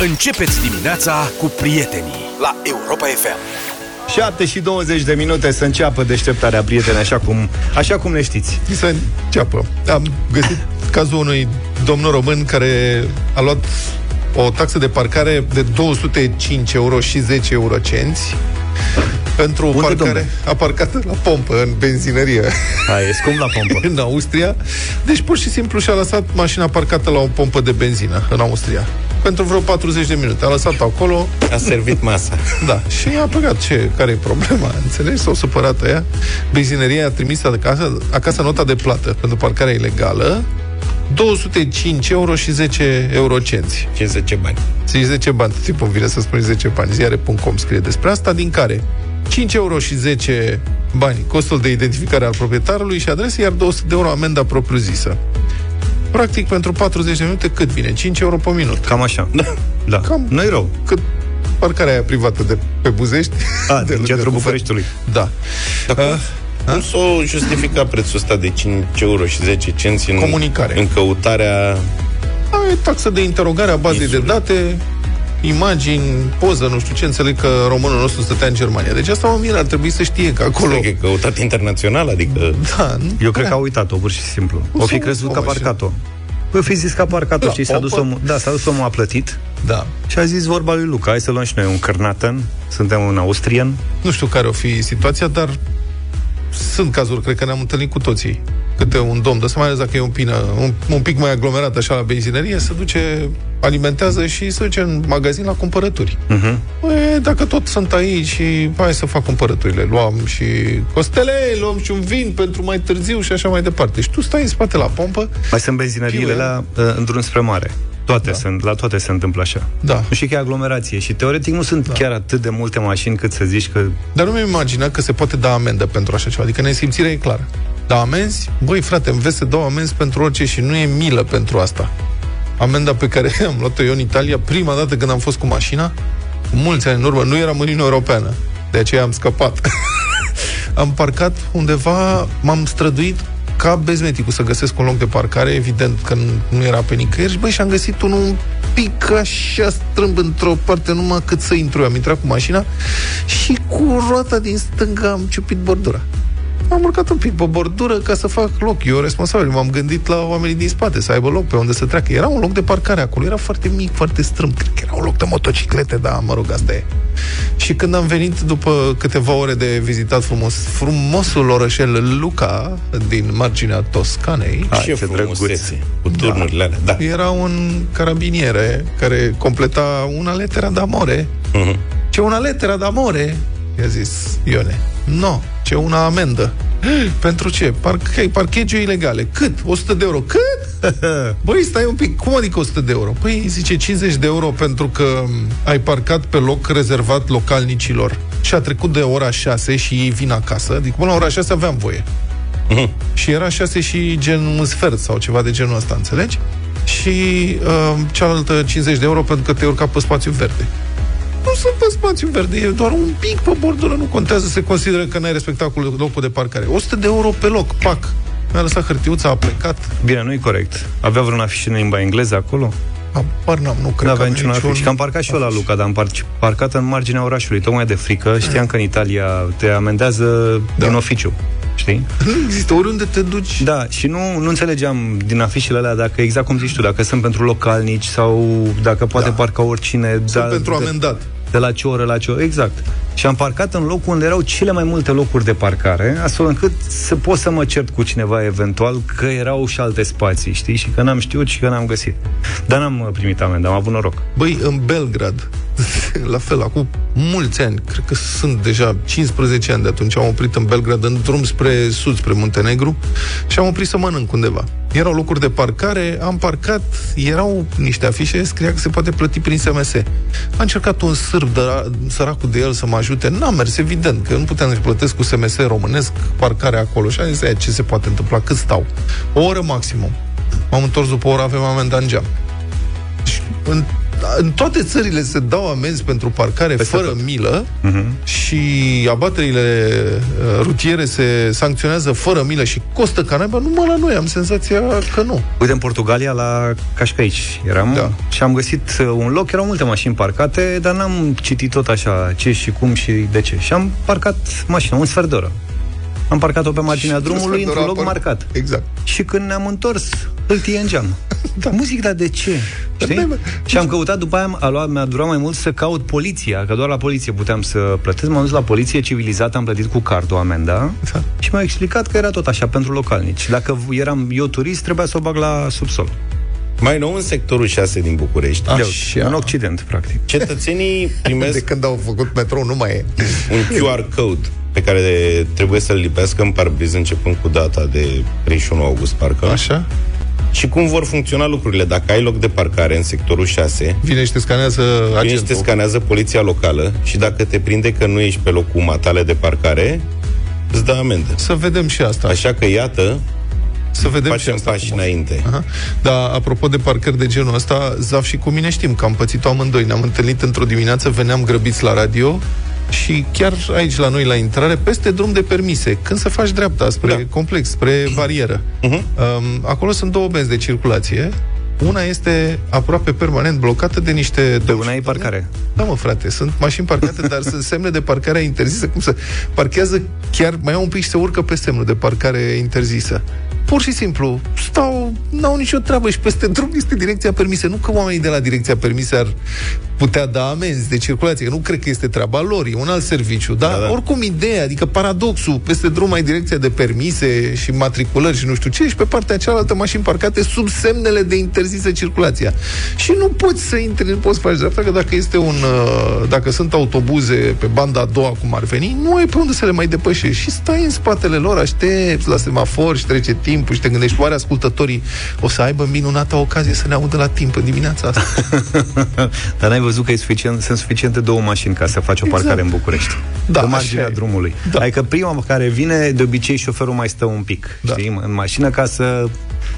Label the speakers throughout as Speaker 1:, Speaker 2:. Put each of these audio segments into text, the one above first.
Speaker 1: Începeți dimineața cu prietenii la Europa FM.
Speaker 2: 7 și 20 de minute să înceapă deșteptarea, prieteni, așa cum, așa cum ne știți.
Speaker 3: Să înceapă. Am găsit cazul unui domn român care a luat o taxă de parcare de 205 euro și 10 eurocenți pentru
Speaker 2: Unde,
Speaker 3: parcare
Speaker 2: domne?
Speaker 3: a parcat la pompă în benzinărie
Speaker 2: Hai, e scump la pompă.
Speaker 3: în Austria. Deci pur și simplu și-a lăsat mașina parcată la o pompă de benzină în Austria. Pentru vreo 40 de minute. A lăsat acolo,
Speaker 4: A servit masa.
Speaker 3: Da, și a păcat ce, care e problema, înțelegi? S-au supărat ea. Benzineria a trimis acasă, acasă nota de plată pentru parcarea ilegală, 205 euro și 10 eurocenți.
Speaker 4: 50 bani.
Speaker 3: Zici 10 bani, tipul îmi vine să spui 10 bani. Ziare.com scrie despre asta, din care 5 euro și 10 bani costul de identificare al proprietarului și adrese, iar 200 de euro amenda propriu-zisă. Practic, pentru 40 de minute, cât vine? 5 euro pe minut.
Speaker 2: Cam așa. Da.
Speaker 3: Cam.
Speaker 2: Nu-i rău.
Speaker 3: Cât parcarea aia privată de pe Buzești.
Speaker 2: A,
Speaker 3: de
Speaker 2: din
Speaker 3: lângă
Speaker 2: centrul
Speaker 3: Cufer.
Speaker 2: Bucureștiului.
Speaker 3: Da.
Speaker 4: Dar cum,
Speaker 3: A?
Speaker 4: cum s-o justifica prețul ăsta de 5 euro și 10 cenți în,
Speaker 3: Comunicare.
Speaker 4: în căutarea...
Speaker 3: A, E taxă de interogare a bazei de
Speaker 4: Insulă.
Speaker 3: date, imagini, poză, nu știu ce, înțeleg că românul nostru stătea în Germania. Deci asta mă miră, ar trebui să știe că acolo...
Speaker 4: Cred că e căutat internațional, adică...
Speaker 3: Da, nu?
Speaker 2: Eu cred că a uitat-o, pur și simplu. O fi
Speaker 3: să-
Speaker 2: crezut
Speaker 3: cum
Speaker 2: că a
Speaker 3: așa?
Speaker 2: parcat-o. Păi fi zis că a parcat-o,
Speaker 3: La
Speaker 2: știi, s-a dus,
Speaker 3: pompă?
Speaker 2: omul, da, s-a dus omul, a plătit
Speaker 3: Da.
Speaker 2: și a zis vorba lui Luca, hai să luăm și noi un cârnaten, suntem un austrian,
Speaker 3: Nu știu care o fi situația, dar sunt cazuri, cred că ne-am întâlnit cu toții. Câte un domn, dă să mai ales dacă e un, pină, un, un pic mai aglomerat așa la benzinerie, se duce, alimentează și se duce în magazin la cumpărături.
Speaker 2: Mhm.
Speaker 3: E, dacă tot sunt aici și hai să fac cumpărăturile, luam și costele, luam și un vin pentru mai târziu și așa mai departe. Și tu stai în spate la pompă,
Speaker 2: Mai sunt benzinăriile
Speaker 3: Știu,
Speaker 2: la, uh, într-un spre mare. Toate da. sunt, la toate se întâmplă așa.
Speaker 3: da.
Speaker 2: Nu știu că e aglomerație și teoretic nu sunt da. chiar atât de multe mașini cât să zici că
Speaker 3: Dar nu mi-am imaginat că se poate da amendă pentru așa ceva. Adică nesimțirea e clară. Da amenzi? Băi, frate, în vest se dau amenzi pentru orice și nu e milă pentru asta. Amenda pe care am luat-o eu în Italia, prima dată când am fost cu mașina, cu mulți ani în urmă, nu eram în Uniunea Europeană. De aceea am scăpat. am parcat undeva, m-am străduit ca bezmeticul să găsesc un loc de parcare, evident că nu- nu era pe nicăieri, și băi, și-am găsit unul un pic așa strâmb într-o parte numai cât să intru. Eu Am intrat cu mașina și cu roata din stânga am ciupit bordura. Am urcat un pic pe bordură ca să fac loc. Eu responsabil, m-am gândit la oamenii din spate, să aibă loc pe unde să treacă. Era un loc de parcare acolo, era foarte mic, foarte strâmb. Cred că era un loc de motociclete, dar mă rog, asta e. Și când am venit după câteva ore de vizitat frumos, frumosul orășel Luca din marginea Toscanei,
Speaker 2: Hai,
Speaker 4: ce
Speaker 2: ce
Speaker 4: frumusețe cu turnurile alea, da.
Speaker 3: era un carabiniere care completa una letera d'amore.
Speaker 4: Mhm.
Speaker 3: Ce una letera d'amore, i-a zis Ione. No, ce una amendă. Pentru ce? Parc- parchegiu ilegale. Cât? 100 de euro. Cât? Băi, stai un pic. Cum adică 100 de euro? Păi, zice 50 de euro pentru că ai parcat pe loc rezervat localnicilor. Și a trecut de ora 6 și ei vin acasă. Adică până la ora 6 aveam voie. Și era 6 și gen un sfert sau ceva de genul ăsta, înțelegi? Și uh, cealaltă 50 de euro pentru că te urca pe spațiu verde. Nu sunt pe spațiu verde, e doar un pic pe bordură, nu contează, se consideră că n-ai respectat cu locul de parcare. 100 de euro pe loc, pac. Mi-a lăsat hârtiuța, a plecat.
Speaker 2: Bine, nu e corect. Avea vreun afiș în limba engleză acolo?
Speaker 3: Apar n-am, nu cred
Speaker 2: Nu
Speaker 3: că
Speaker 2: avea
Speaker 3: am
Speaker 2: niciun afiș. Că am parcat și eu la Luca, dar am par- parcat în marginea orașului, tocmai de frică. Știam că în Italia te amendează da. din oficiu. Știi?
Speaker 3: Nu există, oriunde te duci.
Speaker 2: Da, și nu, nu înțelegeam din afișele alea dacă exact cum zici tu, dacă sunt pentru localnici sau dacă poate da. parca oricine.
Speaker 3: Sunt
Speaker 2: da,
Speaker 3: pentru
Speaker 2: de,
Speaker 3: amendat.
Speaker 2: de la ce oră la ce oră, exact. Și am parcat în locul unde erau cele mai multe locuri de parcare, astfel încât să pot să mă cert cu cineva eventual că erau și alte spații, știi? Și că n-am știut și că n-am găsit. Dar n-am uh, primit amendă, am avut noroc.
Speaker 3: Băi, în Belgrad, la fel, acum mulți ani, cred că sunt deja 15 ani de atunci, am oprit în Belgrad, în drum spre sud, spre Muntenegru, și am oprit să mănânc undeva. Erau locuri de parcare, am parcat, erau niște afișe, scria că se poate plăti prin SMS. A încercat un sârb, dar săracul de el, să mă ajute. N-a mers, evident, că nu puteam să-și plătesc cu SMS românesc parcarea acolo. Și am zis, "Aia, ce se poate întâmpla, cât stau? O oră maximum. M-am întors după o oră, avem amenda în geam. Și în în toate țările se dau amenzi pentru parcare Peste fără tot. milă uh-huh. și abaterile uh, rutiere se sancționează fără milă și costă ca naiba, numai la noi am senzația că nu.
Speaker 2: Uite, în Portugalia, la Cascaici eram da. și am găsit un loc, erau multe mașini parcate, dar n-am citit tot așa ce și cum și de ce. Și am parcat mașina un sfert de oră. Am parcat-o pe marginea
Speaker 3: Și
Speaker 2: drumului
Speaker 3: sfert de
Speaker 2: într-un
Speaker 3: oră
Speaker 2: loc
Speaker 3: apar-
Speaker 2: marcat.
Speaker 3: Exact.
Speaker 2: Și când ne-am întors, îl tie în geam. da. Nu zic, dar de ce?
Speaker 3: n-ai,
Speaker 2: Știi?
Speaker 3: Da, mă.
Speaker 2: Și am căutat, după aia a luat, mi-a durat mai mult să caut poliția, că doar la poliție puteam să plătesc. M-am dus la poliție civilizată, am plătit cu cardul amenda
Speaker 3: Da.
Speaker 2: și mi-au explicat că era tot așa pentru localnici. Dacă v- eram eu turist, trebuia să o bag la subsol.
Speaker 4: Mai nou în sectorul 6 din București.
Speaker 3: Ah.
Speaker 2: De-
Speaker 3: Așa.
Speaker 2: În Occident, practic.
Speaker 4: Cetățenii
Speaker 3: De
Speaker 4: primesc
Speaker 3: când au făcut metrou, nu mai e.
Speaker 4: un QR code pe care trebuie să-l lipească în parbriz începând cu data de 31 august, parcă.
Speaker 3: Așa?
Speaker 4: Și cum vor funcționa lucrurile? Dacă ai loc de parcare în sectorul 6,
Speaker 3: Vine și te scanează
Speaker 4: Vine și te
Speaker 3: agentul.
Speaker 4: scanează poliția locală și dacă te prinde că nu ești pe locul matale de parcare, îți dă amendă.
Speaker 3: Să vedem și asta.
Speaker 4: Așa că, iată,
Speaker 3: Să vedem și
Speaker 4: facem
Speaker 3: asta.
Speaker 4: pași înainte.
Speaker 3: Aha. Dar apropo de parcări de genul ăsta, Zaf și cu mine știm că am pățit-o amândoi. Ne-am întâlnit într-o dimineață, veneam grăbiți la radio și chiar aici la noi la intrare, peste drum de permise, când să faci dreapta spre da.
Speaker 4: Da.
Speaker 3: complex, spre barieră.
Speaker 2: Mhm.
Speaker 3: Uh-huh. Um, acolo sunt două benzi de circulație. Una este aproape permanent blocată de niște... Pe
Speaker 2: una e parcare.
Speaker 3: Da, mă, frate, sunt mașini parcate, dar sunt semne de parcare interzisă. Cum să... Parchează chiar mai au un pic și se urcă pe semnul de parcare interzisă. Pur și simplu, stau, n-au nicio treabă și peste drum este direcția permise. Nu că oamenii de la direcția permise ar putea da amenzi de circulație, că nu cred că este treaba lor, e un alt serviciu, dar da,
Speaker 4: Da,
Speaker 3: da.
Speaker 4: da.
Speaker 3: oricum ideea, adică paradoxul, peste drum ai direcția de permise și matriculări și nu știu ce, și pe partea cealaltă mașini parcate sub semnele de interzisă circulația. Și nu poți să intri, nu poți să faci dreapta, că dacă este un, uh, dacă sunt autobuze pe banda a doua, cum ar veni, nu ai pe unde să le mai depășești. Și stai în spatele lor, aștepți la semafor și trece timpul și te gândești, oare ascultătorii o să aibă minunata ocazie să ne audă la timp în dimineața asta?
Speaker 2: Dar n-ai văzut că e suficient, sunt suficiente două mașini ca să faci o
Speaker 3: Exact.
Speaker 2: parcare în București.
Speaker 3: Da,
Speaker 2: pe
Speaker 3: așa
Speaker 2: marginea
Speaker 3: e.
Speaker 2: drumului.
Speaker 3: Da.
Speaker 2: Da. Adică prima care vine, de obicei șoferul mai stă un pic
Speaker 3: Da.
Speaker 2: da. știi, în mașină ca să,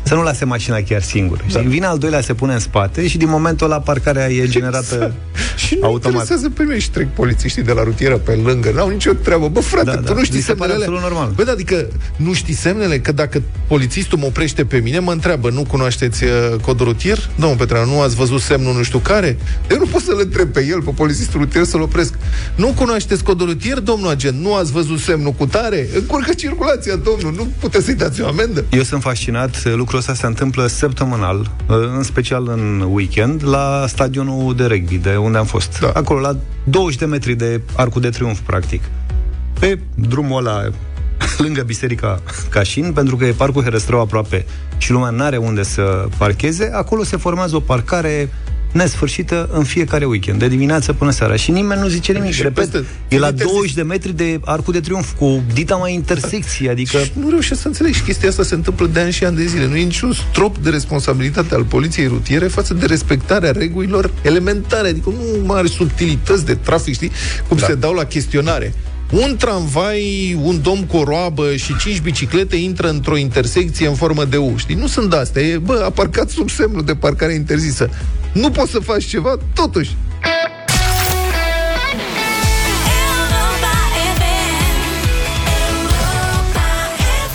Speaker 2: să nu lase mașina chiar singură. Știi?
Speaker 3: Da.
Speaker 2: Da. Vine al doilea, se pune în spate și din momentul ăla parcarea e generată...
Speaker 3: Exact. Și nu
Speaker 2: Automat.
Speaker 3: interesează pe mine și trec polițiștii de la rutieră pe lângă, n-au nicio treabă. Bă, frate,
Speaker 2: Da,
Speaker 3: tu
Speaker 2: da,
Speaker 3: nu știi
Speaker 2: mi se pare
Speaker 3: semnele.
Speaker 2: absolut normal.
Speaker 3: Bă, da, adică nu știi semnele că dacă polițistul mă oprește pe mine, mă întreabă, nu cunoașteți uh, codul rutier? Domnul Petreanu, nu ați văzut semnul nu știu care? Eu nu pot să le întreb pe el, pe polițistul rutier să-l opresc. Nu cunoașteți codul rutier, domnul agent? Nu ați văzut semnul cu tare? Încurcă circulația, domnul, nu puteți să-i dați o amendă.
Speaker 2: Eu sunt fascinat, lucrul ăsta se întâmplă săptămânal, uh, în special în weekend, la stadionul de rugby, de unde am fost.
Speaker 3: Da.
Speaker 2: Acolo, la 20 de metri de Arcul de Triunf, practic. Pe drumul ăla, lângă Biserica Cașin, pentru că e parcul Herăstrău aproape și lumea n-are unde să parcheze, acolo se formează o parcare nesfârșită în fiecare weekend, de dimineață până seara. Și nimeni nu zice nimic.
Speaker 3: Și
Speaker 2: Repet,
Speaker 3: peste-
Speaker 2: e la
Speaker 3: interzis.
Speaker 2: 20 de metri de Arcul de Triunf, cu dita mai intersecție, adică...
Speaker 3: Și nu reușesc să înțeleg și chestia asta se întâmplă de ani și ani de zile. Nu e niciun strop de responsabilitate al poliției rutiere față de respectarea regulilor elementare, adică nu mari subtilități de trafic, știi, cum da. se dau la chestionare. Un tramvai, un domn cu o roabă și cinci biciclete intră într-o intersecție în formă de U, știi? Nu sunt de astea, e, bă, a parcat sub semnul de parcare interzisă. Nu poți să faci ceva, totuși.
Speaker 5: Europa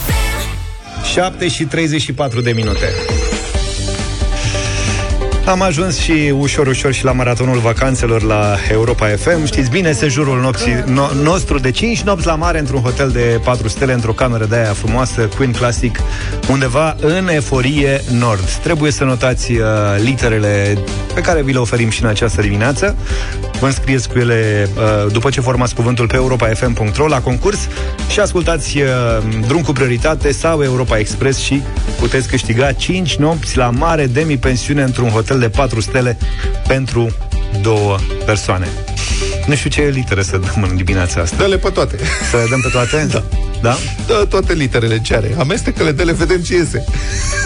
Speaker 5: FM.
Speaker 2: 7 și 34 de minute. Am ajuns și ușor, ușor și la maratonul vacanțelor la Europa FM. Știți bine, sejurul nopții, no, nostru de 5 nopți la mare într-un hotel de 4 stele, într-o cameră de aia frumoasă, Queen Classic, undeva în Eforie Nord. Trebuie să notați uh, literele pe care vi le oferim și în această dimineață. Vă înscrieți cu ele uh, după ce formați cuvântul pe europafm.ro la concurs și ascultați uh, Drum cu prioritate sau Europa Express și puteți câștiga 5 nopți la mare demi-pensiune într-un hotel de 4 stele pentru două persoane. Nu știu ce litere să dăm în dimineața asta.
Speaker 3: Dă-le pe toate.
Speaker 2: Să le dăm pe toate? Da. Da?
Speaker 3: Dă toate literele ce are. Amestecă-le, dă-le, vedem ce iese.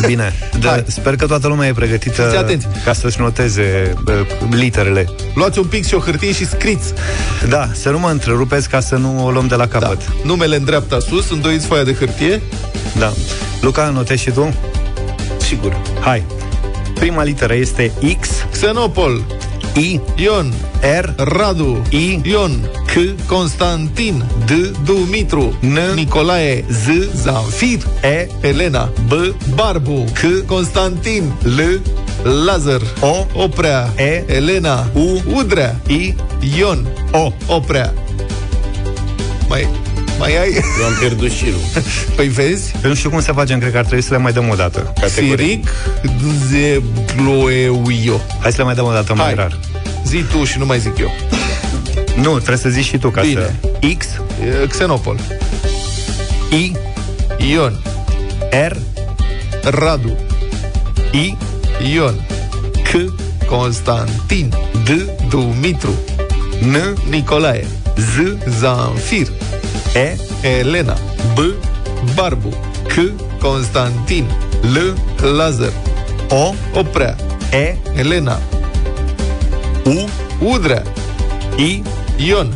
Speaker 2: Bine.
Speaker 3: Hai.
Speaker 2: Da, sper că toată lumea e
Speaker 3: Fiți
Speaker 2: pregătită
Speaker 3: atenți.
Speaker 2: ca să-și noteze uh, literele.
Speaker 3: Luați un pic și o hârtie și scriți.
Speaker 2: Da, să nu mă întrerupeți ca să nu o luăm de la
Speaker 3: Da.
Speaker 2: capăt.
Speaker 3: Numele în dreapta sus, îndoiți foaia de hârtie.
Speaker 2: Da. da. Luca, notezi și tu?
Speaker 4: Sigur.
Speaker 2: Hai. Prima literă este X,
Speaker 3: Xenopol,
Speaker 2: I,
Speaker 3: Ion
Speaker 2: R,
Speaker 3: Radu
Speaker 2: I,
Speaker 3: Ion
Speaker 2: C,
Speaker 3: Constantin
Speaker 2: D,
Speaker 3: Dumitru
Speaker 2: N,
Speaker 3: Nicolae
Speaker 2: Z,
Speaker 3: Zamfir
Speaker 2: E,
Speaker 3: Elena
Speaker 2: B,
Speaker 3: Barbu
Speaker 2: C,
Speaker 3: Constantin
Speaker 2: L,
Speaker 3: Lazar
Speaker 2: O,
Speaker 3: Oprea
Speaker 2: E,
Speaker 3: Elena
Speaker 2: U,
Speaker 3: Udrea
Speaker 2: I,
Speaker 3: Ion
Speaker 2: O.
Speaker 3: Oprea Mai, mai ai?
Speaker 4: Eu am pierdut șirul.
Speaker 3: Păi vezi?
Speaker 2: Eu nu știu cum să facem, cred că ar trebui să le mai dăm o dată.
Speaker 4: Categoric.
Speaker 3: Siric Zebloeuio
Speaker 2: Hai să le mai dăm o dată mai
Speaker 3: Hai.
Speaker 2: rar.
Speaker 3: Zi tu și nu mai zic eu
Speaker 2: Nu, trebuie să zici și tu ca
Speaker 3: Bine.
Speaker 2: să... X,
Speaker 3: E, Xenopol
Speaker 2: I,
Speaker 3: Ion
Speaker 2: R,
Speaker 3: Radu
Speaker 2: I,
Speaker 3: Ion
Speaker 2: C,
Speaker 3: Constantin
Speaker 2: D,
Speaker 3: Dumitru
Speaker 2: N,
Speaker 3: Nicolae
Speaker 2: Z,
Speaker 3: Zanfir
Speaker 2: E,
Speaker 3: Elena
Speaker 2: B,
Speaker 3: Barbu
Speaker 2: C,
Speaker 3: Constantin
Speaker 2: L,
Speaker 3: Lazar
Speaker 2: O,
Speaker 3: Oprea
Speaker 2: E,
Speaker 3: Elena
Speaker 2: U,
Speaker 3: Udrea
Speaker 2: I,
Speaker 3: Ion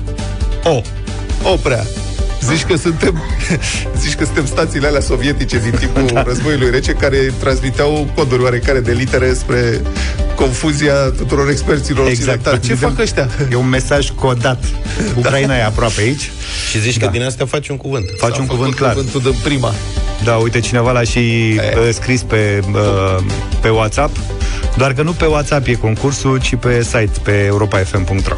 Speaker 2: O.
Speaker 3: Oprea Zici că suntem Zici că suntem stațiile alea sovietice din timpul da. războiului rece care transmiteau coduri oarecare de litere spre confuzia tuturor experților
Speaker 2: Exact.
Speaker 3: occidentali. Ce
Speaker 2: Vedem-
Speaker 3: fac ăștia?
Speaker 2: E un mesaj codat. Ucraina e aproape aici.
Speaker 4: Și zici da. că din asta faci un cuvânt.
Speaker 2: Faci
Speaker 3: S-a
Speaker 2: un
Speaker 3: făcut
Speaker 2: cuvânt clar.
Speaker 3: Cuvântul de prima.
Speaker 2: Da, uite, cineva l-a și uh, scris pe, uh, pe WhatsApp. Doar că nu pe WhatsApp e concursul, ci pe site, pe europa.fm.ro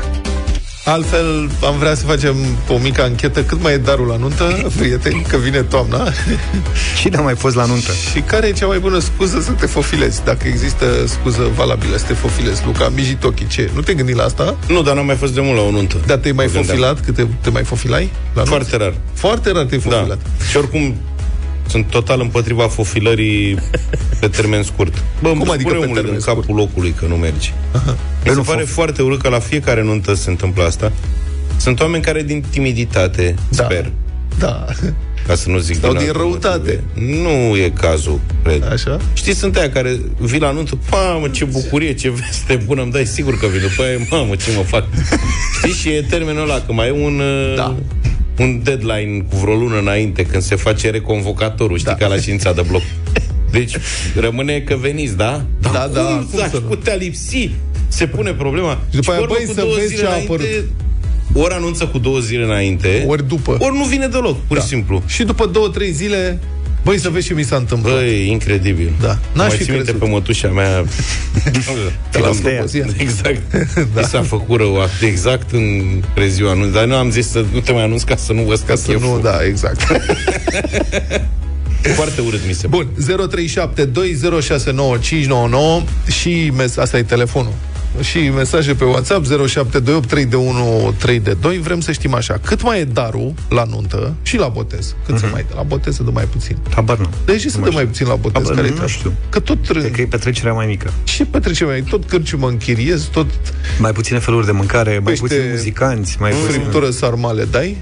Speaker 3: Altfel, am vrea să facem o mică anchetă cât mai e darul la nuntă, prieteni, că vine toamna.
Speaker 2: Cine a mai fost la nuntă?
Speaker 3: Și care e cea mai bună scuză să te fofilezi? Dacă există scuză valabilă să te fofilezi, Luca, mijitochi, ce? Nu te gândi la asta?
Speaker 4: Nu, dar n-am mai fost de mult la o nuntă.
Speaker 3: Dar Da, te-ai mai
Speaker 4: Mă gândeam. da.
Speaker 3: fofilat? Cât te, te mai fofilai? La nuntă?
Speaker 4: Foarte rar.
Speaker 3: Foarte rar te-ai
Speaker 4: Da.
Speaker 3: fofilat.
Speaker 4: Și oricum sunt total împotriva fofilării pe termen scurt. Bă, îmi
Speaker 3: Cum adică pe
Speaker 4: spune omule
Speaker 3: termen
Speaker 4: în
Speaker 3: scurt?
Speaker 4: capul locului că nu mergi. Mi
Speaker 2: Eu
Speaker 4: se
Speaker 2: nu
Speaker 4: pare
Speaker 2: fof-
Speaker 4: foarte urât că la fiecare nuntă se întâmplă asta. Sunt oameni care din timiditate,
Speaker 3: Da.
Speaker 4: sper,
Speaker 3: Da.
Speaker 4: ca să nu zic
Speaker 3: Sau din
Speaker 4: alte
Speaker 3: răutate.
Speaker 4: motive. Nu e cazul, cred.
Speaker 3: Așa?
Speaker 4: Știi, sunt aia care vii la nuntă, mamă, ce bucurie, ce veste bună, îmi dai sigur că vii după aia, mamă, ce mă fac. Știi, și e termenul ăla, că mai e un, uh,
Speaker 3: Da.
Speaker 4: un deadline cu vreo lună înainte, când se face reconvocatorul, știi,
Speaker 3: Da.
Speaker 4: ca la știința de bloc. Deci, rămâne că veniți, da?
Speaker 3: Da, da,
Speaker 4: cum,
Speaker 3: cum
Speaker 4: aș
Speaker 3: să nu?
Speaker 4: putea lipsi? Se pune problema.
Speaker 3: Și după aia,
Speaker 4: ori
Speaker 3: băi,
Speaker 4: cu
Speaker 3: să
Speaker 4: două
Speaker 3: vezi
Speaker 4: zile
Speaker 3: ce a
Speaker 4: înainte,
Speaker 3: apărut.
Speaker 4: Ori anunță cu două zile înainte,
Speaker 3: Ori după. Da.
Speaker 4: ori nu vine deloc, pur și simplu.
Speaker 3: Și după două, trei zile, băi, să vezi ce mi s-a întâmplat.
Speaker 4: Băi, incredibil.
Speaker 3: Da. N-aș
Speaker 4: N-aș
Speaker 3: fi
Speaker 4: mai țin minte
Speaker 3: crezut.
Speaker 4: pe mătușa mea.
Speaker 3: Te las
Speaker 4: Când-
Speaker 3: pe ea.
Speaker 4: Exact. da. I s-a făcut rău act- exact în preziua anunț, dar nu am zis să nu te mai anunț ca să nu da. vă
Speaker 3: Ca
Speaker 4: scap
Speaker 3: să nu, da, exact.
Speaker 4: Foarte urât mi se pare.
Speaker 3: Bun, 0372069599 și mes- asta e telefonul. Și mesaje pe WhatsApp 07283122. Vrem să știm așa, cât mai e darul la nuntă și la botez? Cât
Speaker 2: Mhm.
Speaker 3: se mai dă? La botez se dă mai puțin.
Speaker 2: Habar nu.
Speaker 3: De ce se dă mai puțin la botez?
Speaker 2: Habar
Speaker 3: Care
Speaker 2: nu știu.
Speaker 3: Că tot
Speaker 2: Cred
Speaker 3: rând.
Speaker 2: că e petrecerea mai mică.
Speaker 3: Și petrece mai tot cârciumă închiriez, tot
Speaker 2: Mai puține feluri de mâncare, mai
Speaker 3: Pește-
Speaker 2: puțini muzicanți, mai puțin...
Speaker 3: friptură sarmale dai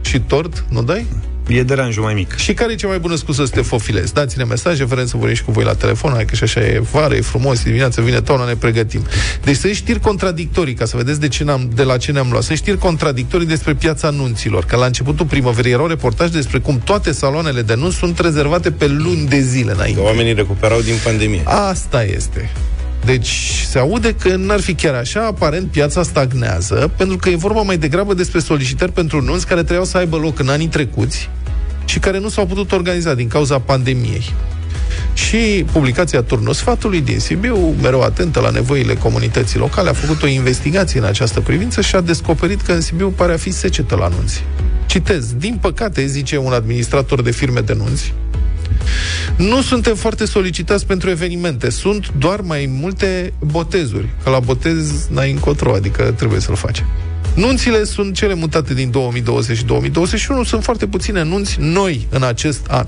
Speaker 3: și tort, nu dai?
Speaker 2: E deranjul mai mic.
Speaker 3: Și care e cea mai bună scuză să te fofilezi? Dați-ne mesaje, vrem să vorbim și cu voi la telefon, hai că și așa e vară, e frumos, e dimineața vine toamna, ne pregătim. Deci să iei știri contradictorii, ca să vedeți de, ce n-am, de la ce ne-am luat. Să iei știri contradictorii despre piața anunților, că la începutul primăverii erau reportaje despre cum toate saloanele de anunț sunt rezervate pe luni de zile
Speaker 4: Că
Speaker 3: înainte.
Speaker 4: Oamenii recuperau din pandemie.
Speaker 3: Asta este. Deci se aude că n-ar fi chiar așa, aparent piața stagnează, pentru că e vorba mai degrabă despre solicitări pentru nunți care trebuiau să aibă loc în anii trecuți și care nu s-au putut organiza din cauza pandemiei. Și publicația Turnul Sfatului din Sibiu, mereu atentă la nevoile comunității locale, a făcut o investigație în această privință și a descoperit că în Sibiu pare a fi secetă la anunți. Citez, din păcate, zice un administrator de firme de nunți, nu suntem foarte solicitați pentru evenimente, sunt doar mai multe botezuri, că la botez n-ai încotro, adică trebuie să-l faci. Nunțile sunt cele mutate din 2020 și 2021, sunt foarte puține nunți noi în acest an.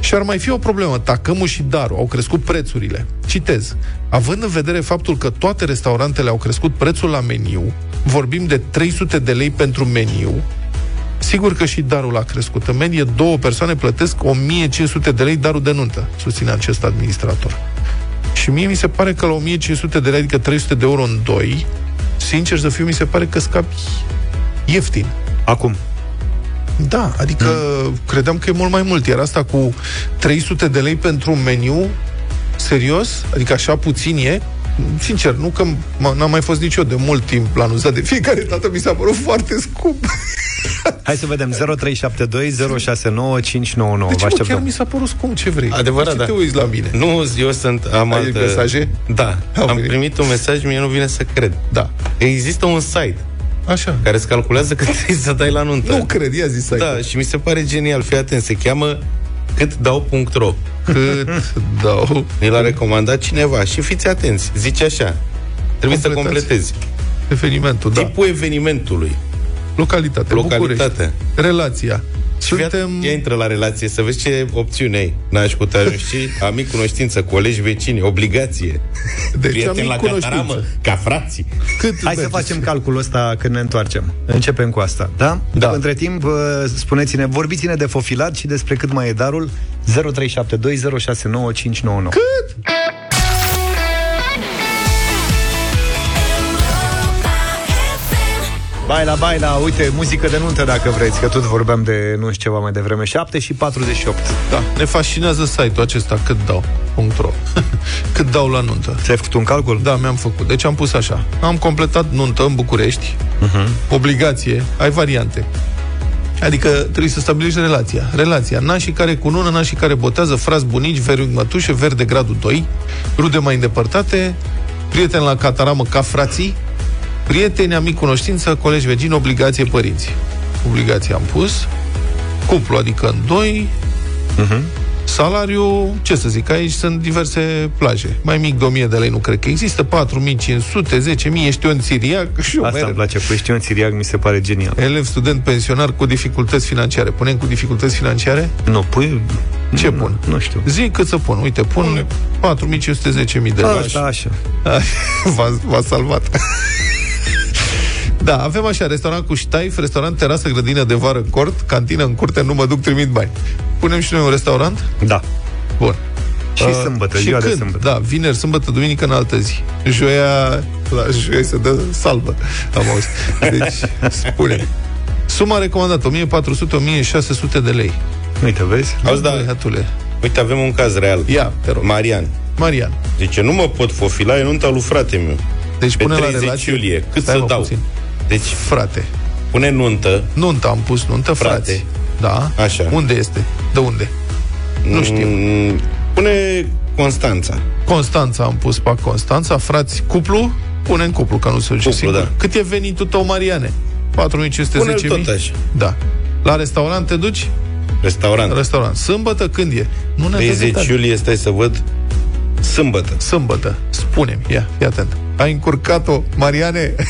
Speaker 3: Și ar mai fi o problemă, tacâmul și darul au crescut prețurile. Citez, având în vedere faptul că toate restaurantele au crescut prețul la meniu, vorbim de 300 de lei pentru meniu, Sigur că și darul a crescut. În medie, două persoane plătesc 1500 de lei darul de nuntă, susține acest administrator. Și mie mi se pare că la 1500 de lei, adică 300 de euro în doi, sincer să fiu, mi se pare că scapi ieftin.
Speaker 2: Acum,
Speaker 3: Da, adică mm. credeam că e mult mai mult, iar asta cu 300 de lei pentru un meniu, serios? Adică așa puțin e? sincer, nu că m- n-am mai fost nici eu de mult timp la anunțat de fiecare dată, mi s-a părut foarte scump.
Speaker 2: Hai să vedem 0372 069599.
Speaker 3: De
Speaker 2: Vă
Speaker 3: Păi ce, mă, chiar mi
Speaker 2: așteptăm.
Speaker 3: s-a părut scump ce vrei?
Speaker 4: Adevărat,
Speaker 3: Ce
Speaker 4: da.
Speaker 3: te uiți la mine?
Speaker 4: Nu, eu sunt... Am
Speaker 3: Ai
Speaker 4: altă...
Speaker 3: mesaje?
Speaker 4: Da.
Speaker 3: Au
Speaker 4: am
Speaker 3: venit.
Speaker 4: primit un mesaj, mie nu vine să cred.
Speaker 3: Da.
Speaker 4: Există un site
Speaker 3: Așa.
Speaker 4: care îți calculează cât trebuie să dai la nuntă.
Speaker 3: Nu cred, ia zi să
Speaker 4: Da, și mi se pare genial. Fii atent, se cheamă câtdau.ro
Speaker 3: Cât dau?
Speaker 4: Ni l-a recomandat cineva și fiți atenți. Zice așa. Trebuie să
Speaker 3: Completați.
Speaker 4: completezi.
Speaker 3: Evenimentul, da.
Speaker 4: Tipul evenimentului.
Speaker 3: Localitatea,
Speaker 4: Localitatea.
Speaker 3: București. Relația. Suntem...
Speaker 4: Ia intră la relație să vezi ce opțiune ai. N-aș putea ajunge amic, cunoștință, colegi, vecini, obligație.
Speaker 3: Deci am
Speaker 4: Prieten la cataramă,
Speaker 3: cunoștință.
Speaker 4: ca frații.
Speaker 3: Cât
Speaker 2: Hai să
Speaker 3: mergi?
Speaker 2: facem calculul ăsta când ne întoarcem. Începem cu asta, da?
Speaker 3: Da.
Speaker 2: Între timp, vă spuneți-ne, vorbiți-ne de fofilat și despre cât mai e darul 0372 069599. Baila, baila, uite, muzică de nuntă dacă vreți, că tot vorbeam de nu știu ceva mai devreme, 7 și 48.
Speaker 3: Da, ne fascinează site-ul acesta, cât dau, .ro. cât dau la nuntă.
Speaker 2: Ți-ai făcut un calcul?
Speaker 3: Da, mi-am făcut. Deci am pus așa. Am completat nuntă în București. Uh-huh. Obligație. Ai variante. Adică trebuie să stabilești relația. Relația. Nașii care cu nună, nașii care botează, frați bunici, veruri mătușe, veri de gradul 2, rude mai îndepărtate, prieteni la cataramă ca frații, prieteni, amic, cunoștință, colegi, vecini, obligație, părinți. Obligație am pus. Cuplu, adică în 2,
Speaker 2: Mhm.
Speaker 3: Salariu, ce să zic, aici sunt diverse plaje. Mai mic de 1000 de lei nu cred că există, 4500, 10000, ești un siriac și eu
Speaker 2: Asta îmi place, cu ești un siriac, mi se pare genial.
Speaker 3: Elev, student, pensionar cu dificultăți financiare. Punem cu dificultăți financiare?
Speaker 2: Nu, pui...
Speaker 3: Ce
Speaker 2: nu,
Speaker 3: pun?
Speaker 2: Nu știu.
Speaker 3: Zi cât să pun. Uite, pun 4500-10000 de lei.
Speaker 2: Asta așa.
Speaker 3: V-a, v-a salvat. Da, avem așa, restaurant cu ștaif, restaurant, terasă, grădină de vară, cort, cantină în curte, nu mă duc, trimit bani. Punem și noi un restaurant?
Speaker 2: Da.
Speaker 3: Bun.
Speaker 2: Și
Speaker 3: Uh,
Speaker 2: sâmbătă,
Speaker 3: și
Speaker 2: ziua
Speaker 3: când?
Speaker 2: de sâmbătă.
Speaker 3: Da, vineri, sâmbătă, duminică în altă zi. Joia, la joia se dă salvă, am auzit. Deci, spune. Suma recomandată, 1400-1600 de lei.
Speaker 2: Uite, vezi?
Speaker 4: Auzi, da,
Speaker 3: Băiatule.
Speaker 4: uite, avem un caz real.
Speaker 3: Ia, te rog.
Speaker 4: Marian.
Speaker 3: Marian.
Speaker 4: Zice, nu mă pot fofila, e nunta lui frate meu.
Speaker 3: Deci
Speaker 4: Pe
Speaker 3: pune la
Speaker 4: 30
Speaker 3: relație.
Speaker 4: iulie, cât
Speaker 3: Stai,
Speaker 4: să
Speaker 3: mă,
Speaker 4: dau?
Speaker 3: puțin.
Speaker 4: Deci
Speaker 3: Frate.
Speaker 4: pune nuntă,
Speaker 3: Nuntă am pus, nuntă, frate.
Speaker 4: Frate.
Speaker 3: Da.
Speaker 4: Așa.
Speaker 3: Unde este? De unde? Nu știu.
Speaker 4: mm, pune Constanța.
Speaker 3: Constanța am pus pe Constanța, frați, cuplu, pune în cuplu, că nu se duce
Speaker 4: Cuplu,
Speaker 3: singur.
Speaker 4: da.
Speaker 3: Cât e venitul tău, Mariane? 4500
Speaker 4: Pune-l
Speaker 3: 10.000?
Speaker 4: tot așa.
Speaker 3: Da. La restaurant te duci?
Speaker 4: Restaurant.
Speaker 3: Restaurant. Sâmbătă când e? Nu ne
Speaker 4: 30
Speaker 3: detalii.
Speaker 4: iulie, stai să văd, sâmbătă.
Speaker 3: Sâmbătă. Spune-mi, ia, fii atent. Ai încurcat-o, Mariane?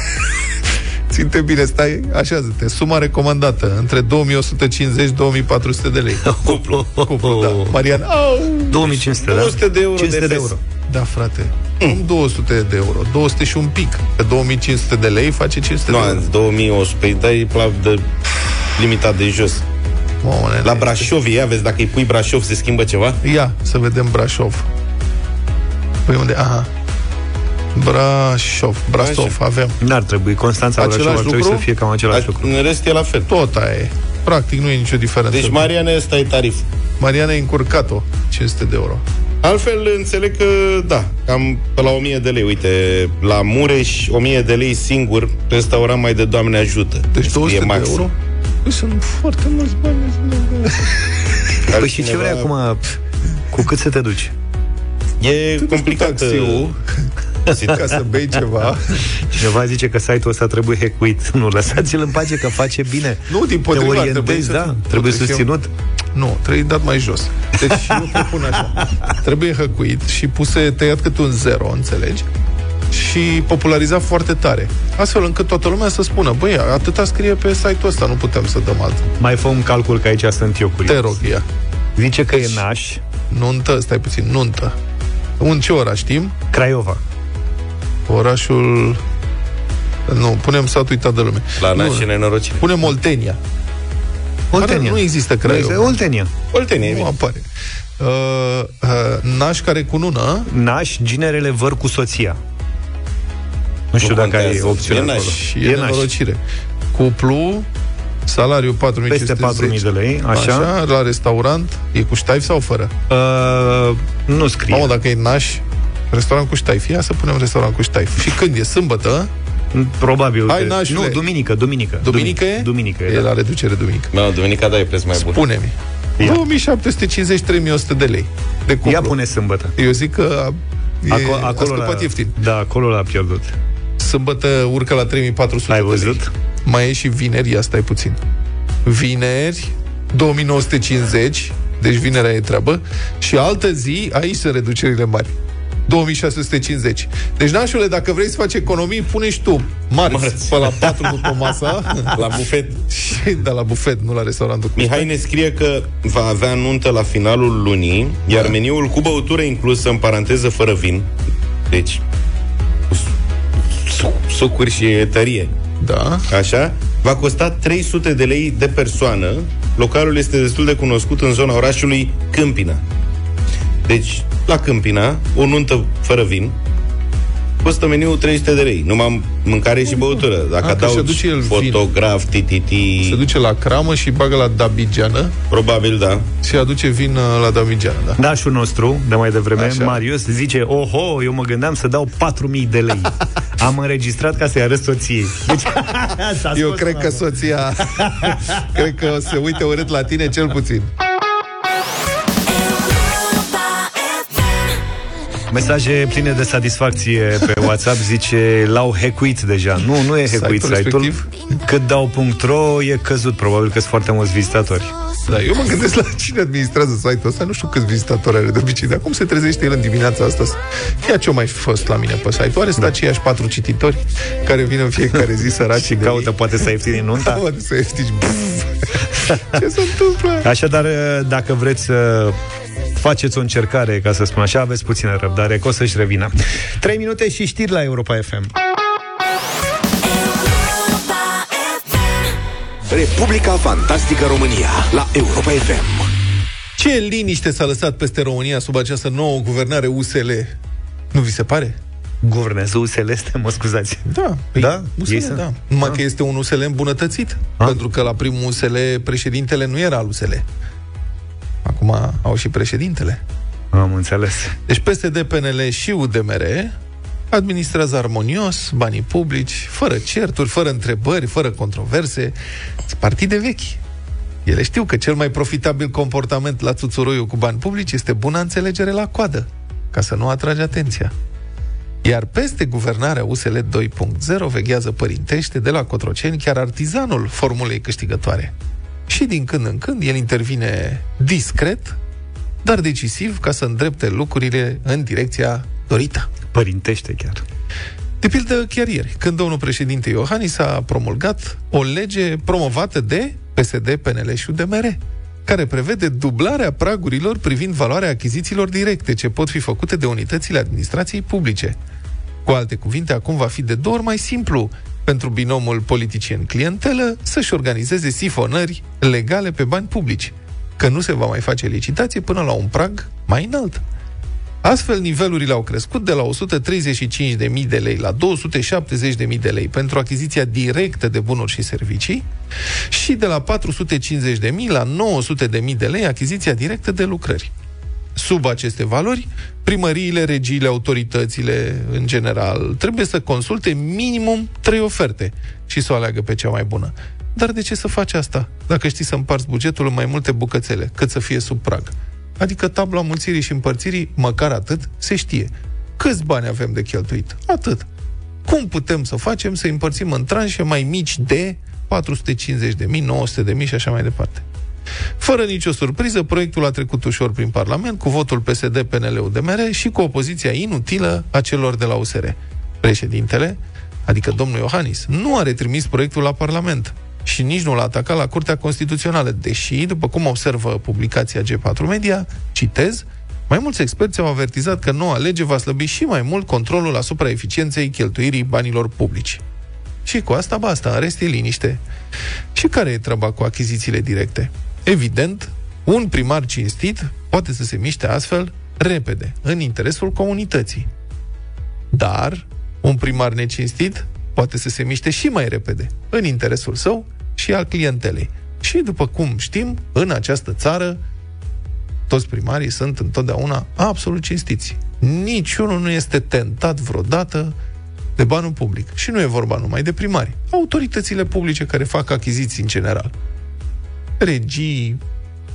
Speaker 3: Ținte bine, stai, așează-te. Suma recomandată, între 2150-2400 de lei.
Speaker 4: Cuplu.
Speaker 3: Cuplu, da. Marian, au!
Speaker 2: 2500, da?
Speaker 4: 200 de euro
Speaker 2: 500
Speaker 4: de
Speaker 2: de
Speaker 4: fest.
Speaker 2: euro.
Speaker 3: Da, frate, mm. 200 de euro, 200 și un pic. Pe 2500 de lei face 500
Speaker 4: Nu,
Speaker 3: de euro.
Speaker 4: în 2100, păi dai plav de limita de jos.
Speaker 3: Mamă, nene.
Speaker 4: La Brașov, ia vezi, dacă îi pui Brașov, se schimbă ceva?
Speaker 3: Ia, să vedem Brașov. Păi unde? Aha. Brașov, Brașov,
Speaker 4: Brașov.
Speaker 3: avem.
Speaker 2: N-ar trebui. Constanța
Speaker 3: Același
Speaker 2: Brașov ar trebui
Speaker 3: lucru?
Speaker 2: să fie cam același
Speaker 4: Aș-
Speaker 2: lucru.
Speaker 4: În rest e la fel.
Speaker 3: Tot aia e. Practic nu e nicio diferență.
Speaker 4: Deci, Mariane, ăsta e tarif.
Speaker 3: Mariana e încurcat-o, 500 de euro.
Speaker 4: Altfel, înțeleg că, da, cam pe la 1000 de lei. Uite, la Mureș, 1000 de lei singur, restaurant mai de Doamne ajută.
Speaker 3: Deci
Speaker 4: Scrie
Speaker 3: 200 de
Speaker 4: maxim.
Speaker 3: euro? Păi sunt foarte mulți bani.
Speaker 2: Păi și ce vrei acum? Cu cât să te duci?
Speaker 4: E complicat. uh,
Speaker 3: Taxiul, ca să bei ceva.
Speaker 2: Cineva zice că site-ul ăsta trebuie hackuit. Nu, lăsați-l în pace că face bine.
Speaker 3: Nu, din potriva,
Speaker 2: Te
Speaker 3: trebuie
Speaker 2: orientezi,
Speaker 3: să-
Speaker 2: da? Trebuie
Speaker 3: să-
Speaker 2: susținut.
Speaker 3: Nu, trebuie dat mai jos. Deci eu propun așa. Trebuie hăcuit și puse tăiat câte un zero, înțelegi? Și popularizat foarte tare. Astfel încât toată lumea să spună, băi, atâta scrie pe site-ul ăsta, nu putem să dăm altă.
Speaker 2: Mai fă un calcul că aici sunt eu
Speaker 3: Te
Speaker 2: curios.
Speaker 3: rog, Deci- ia.
Speaker 2: Zice că e Naș,
Speaker 3: Nuntă, stai puțin, nuntă. În ce oraș știm?
Speaker 2: Craiova.
Speaker 3: Orașul... Nu, punem satul uitat de lume.
Speaker 4: La
Speaker 3: nu,
Speaker 4: nașe nenorocire.
Speaker 3: Punem Oltenia.
Speaker 2: Oltenia.
Speaker 3: nu există Craiova.
Speaker 2: Nu există- Oltenia.
Speaker 4: Oltenia, e
Speaker 3: Nu
Speaker 4: bine.
Speaker 3: apare. Uh, uh, naș care cu nună,
Speaker 2: Naș, ginerele văr cu soția. Nu știu dacă ai
Speaker 4: contează.
Speaker 2: opțiune
Speaker 4: E Naș.
Speaker 2: acolo.
Speaker 3: și e, e nenorocire. Cuplu, salariu 4500
Speaker 2: Peste 4.000 de lei, așa.
Speaker 3: așa. La restaurant, e cu ștaif sau fără?
Speaker 2: Uh, nu scrie.
Speaker 3: Mamă, dacă e naș, Restaurant cu ștaif. Ia să punem restaurant cu ștaif. Și când e? Sâmbătă?
Speaker 2: Probabil.
Speaker 3: da. Hai,
Speaker 2: că-
Speaker 3: nașule.
Speaker 2: nu, duminică, duminică.
Speaker 3: Duminică e?
Speaker 2: Duminică e,
Speaker 3: E
Speaker 2: da.
Speaker 3: la reducere duminică.
Speaker 4: Mă, duminica, da, e preț mai bun.
Speaker 3: Pune-mi.
Speaker 2: Ia.
Speaker 3: 2750-3100 de lei. De cuplu.
Speaker 2: Ia pune sâmbătă.
Speaker 3: Eu zic că a, e,
Speaker 2: Aco-
Speaker 3: a scăpat
Speaker 2: l-a,
Speaker 3: ieftin.
Speaker 2: Da, acolo l-a pierdut.
Speaker 3: Sâmbătă urcă la 3400
Speaker 2: Ai
Speaker 3: de Lei.
Speaker 2: văzut?
Speaker 3: Mai e și vineri, ia stai puțin. Vineri, 2950, deci vinerea e treabă, și altă zi, aici sunt reducerile mari. 2650. Deci, nașule, dacă vrei să faci economii, pune și tu marți,
Speaker 4: Marți.
Speaker 3: pe la 4 după masa
Speaker 4: La bufet.
Speaker 3: și de la bufet, nu la restaurantul cu
Speaker 4: Mihai ne scrie că va avea nuntă la finalul lunii, iar
Speaker 3: Da.
Speaker 4: meniul cu băutură inclusă, în paranteză, fără vin, deci cu su- sucuri și tărie,
Speaker 3: Da.
Speaker 4: așa, va costa 300 de lei de persoană. Localul este destul de cunoscut în zona orașului Câmpina. Deci, la Câmpina, o nuntă fără vin, costă meniul 300 de lei, numai mâncare și băutură. Dacă
Speaker 3: A, că se
Speaker 4: adaugi
Speaker 3: duce el vin.
Speaker 4: fotograf, tititi,
Speaker 3: Se duce la cramă și bagă la Dabigeană
Speaker 4: probabil da.
Speaker 3: și aduce vin uh, la Dabigeană, da.
Speaker 2: Dașul nostru, de mai devreme,
Speaker 3: Așa.
Speaker 2: Așa. Marius, zice Oho, eu mă gândeam să dau 4.000 de lei. Am înregistrat ca să-i arăt soției. Deci, s-a
Speaker 3: Eu
Speaker 2: scos
Speaker 3: cred
Speaker 2: până
Speaker 3: că soția Cred că se uite urât la tine cel puțin
Speaker 2: la- Mesaje pline de satisfacție pe WhatsApp zice L-au hecuit deja. Nu, nu e hecuit
Speaker 3: Site-ul
Speaker 2: site-ul.
Speaker 3: respectiv?
Speaker 2: Cât dau.ro e căzut. Probabil că sunt foarte mulți vizitatori.
Speaker 3: da, Eu mă gândesc la cine administrează site-ul ăsta Nu știu câți vizitatori are de obicei Dar cum se trezește el în dimineața asta să- Ia ce mai fi fost la mine pe site Oare sunt aceiași patru cititori Care vin în fiecare zi săraci
Speaker 2: Și caută poate să ieftini nunta.
Speaker 3: Mă, să ieftici Pff. Ce se întâmplă?
Speaker 2: Așadar, eh, dacă vreți să faceți o încercare, ca să spun așa, aveți puțină răbdare, că o să-și revină. 3 minute și știri la Europa FM.
Speaker 1: Republica Fantastică România la Europa FM.
Speaker 3: Ce liniște s-a lăsat peste România Sub această nouă guvernare USL Nu vi se pare?
Speaker 2: Guvernează Celeste, mă scuzați.
Speaker 3: Da, păi
Speaker 2: Da?
Speaker 3: USL,
Speaker 2: Ei sunt?
Speaker 3: da. Numai că este un USL îmbunătățit, pentru că la primul USL președintele nu era al USL. Acum au și președintele.
Speaker 2: Am înțeles.
Speaker 3: Deci PSD, PNL și UDMR administrează armonios banii publici, fără certuri, fără întrebări, fără controverse. Sunt partide vechi. Ele știu că cel mai profitabil comportament la țuțuroiul cu bani publici este buna înțelegere la coadă, ca să nu atrage atenția. Iar peste guvernarea USL 2.0 veghează părintește de la Cotroceni chiar artizanul formulei câștigătoare. Și din când în când el intervine discret, dar decisiv ca să îndrepte lucrurile în direcția dorită.
Speaker 2: Părintește chiar.
Speaker 3: De pildă chiar ieri, când domnul președinte Iohannis a promulgat o lege promovată de PSD, PNL și UDMR, care prevede dublarea pragurilor privind valoarea achizițiilor directe ce pot fi făcute de unitățile administrației publice. Cu alte cuvinte, acum va fi de două ori mai simplu pentru binomul politicien-clientelă să-și organizeze sifonări legale pe bani publici, că nu se va mai face licitație până la un prag mai înalt. Astfel, nivelurile au crescut de la 135.000 de lei la 270.000 de lei pentru achiziția directă de bunuri și servicii și de la 450.000 la 900.000 de lei achiziția directă de lucrări. Sub aceste valori, primăriile, regiile, autoritățile, în general, trebuie să consulte minimum trei oferte și să o aleagă pe cea mai bună. Dar de ce să faci asta, dacă știi să împarți bugetul în mai multe bucățele, cât să fie sub prag? Adică tabla mulțirii și împărțirii, măcar atât, se știe. Câți bani avem de cheltuit? Atât. Cum putem să facem să îi împărțim în tranșe mai mici de 450.000, 900.000 și așa mai departe? Fără nicio surpriză, proiectul a trecut ușor prin Parlament, cu votul PSD, PNL, UDMR și cu opoziția inutilă a celor de la USR. Președintele, adică domnul Iohannis, nu a retrimis proiectul la Parlament și nici nu l-a atacat la Curtea Constituțională, deși, după cum observă publicația G4 Media, citez, mai mulți experți au avertizat că noua lege va slăbi și mai mult controlul asupra eficienței cheltuirii banilor publici. Și cu asta basta, în rest e liniște. Și care e treaba cu achizițiile directe? Evident, un primar cinstit poate să se miște astfel repede, în interesul comunității. Dar un primar necinstit poate să se miște și mai repede, în interesul său și al clientelei. Și după cum știm, în această țară, toți primarii sunt întotdeauna absolut cinstiți. niciunul nu este tentat vreodată de banul public. Și nu e vorba numai de primari. Autoritățile publice care fac achiziții în general. Regii,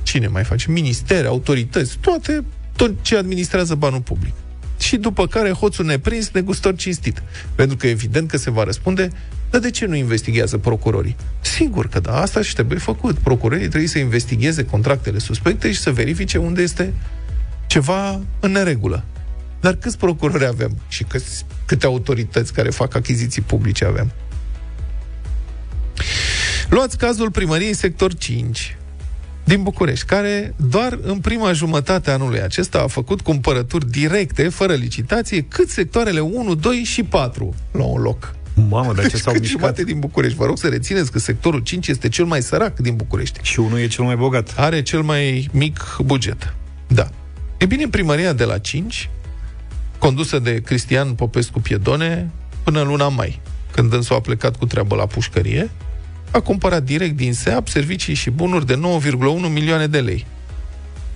Speaker 3: cine mai face, ministere, autorități, toate, tot ce administrează banul public. Și după care hoțul neprins, negustor cinstit. Pentru că evident că se va răspunde, dar de ce nu investigează procurorii? Sigur că da, asta și trebuie făcut. Procurorii trebuie să investigheze contractele suspecte și să verifice unde este ceva în neregulă. Dar câți procurori avem și câți, câte autorități care fac achiziții publice avem? Luați cazul primăriei sector 5 din București, care doar în prima jumătate a anului acesta a făcut cumpărături directe, fără licitație, cât sectoarele 1, 2 și 4 la un loc.
Speaker 2: Mamă, dar ce s-au
Speaker 3: cât
Speaker 2: mișcat.
Speaker 3: jumate din București. Vă rog să rețineți că sectorul 5 este cel mai sărac din București
Speaker 2: Și unul e cel mai bogat.
Speaker 3: are cel mai mic buget. Da. E bine, primăria de la 5, condusă de Cristian Popescu Piedone, până în luna mai, când însă a plecat cu treabă la pușcărie, a cumpărat direct din SEAP servicii și bunuri de 9,1 milioane de lei.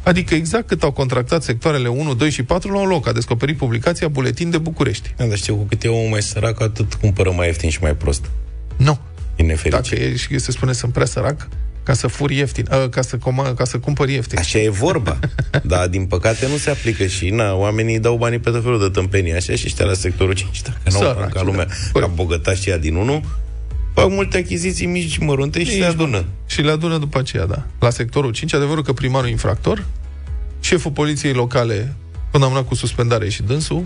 Speaker 3: Adică exact cât au contractat sectoarele 1, 2 și 4 la un loc, a descoperit publicația Buletin de București.
Speaker 4: Da, dar știu, cu cât e omul mai sărac, atât cumpără mai ieftin și mai prost.
Speaker 3: Nu.
Speaker 4: Din nefericire.
Speaker 3: Dacă e, și se spune sunt prea sărac, ca să fur ieftin, a, ca, să coma, ca să cumpăr ieftin.
Speaker 4: Așa e vorba. Dar, Da, din păcate, nu se aplică și, na, oamenii dau banii pe tot felul de tâmpenii, așa, și ăștia la sectorul 5, dacă nu au
Speaker 3: Săraci,
Speaker 4: bani ca lumea,
Speaker 3: da.
Speaker 4: ca bogătași ăia din unul, fac multe achiziții mici și mărunte și se adună.
Speaker 3: Și le adună după aceea, da. La sectorul 5, adevărul că primarul infractor, șeful poliției locale, condamnat cu suspendare și dânsul,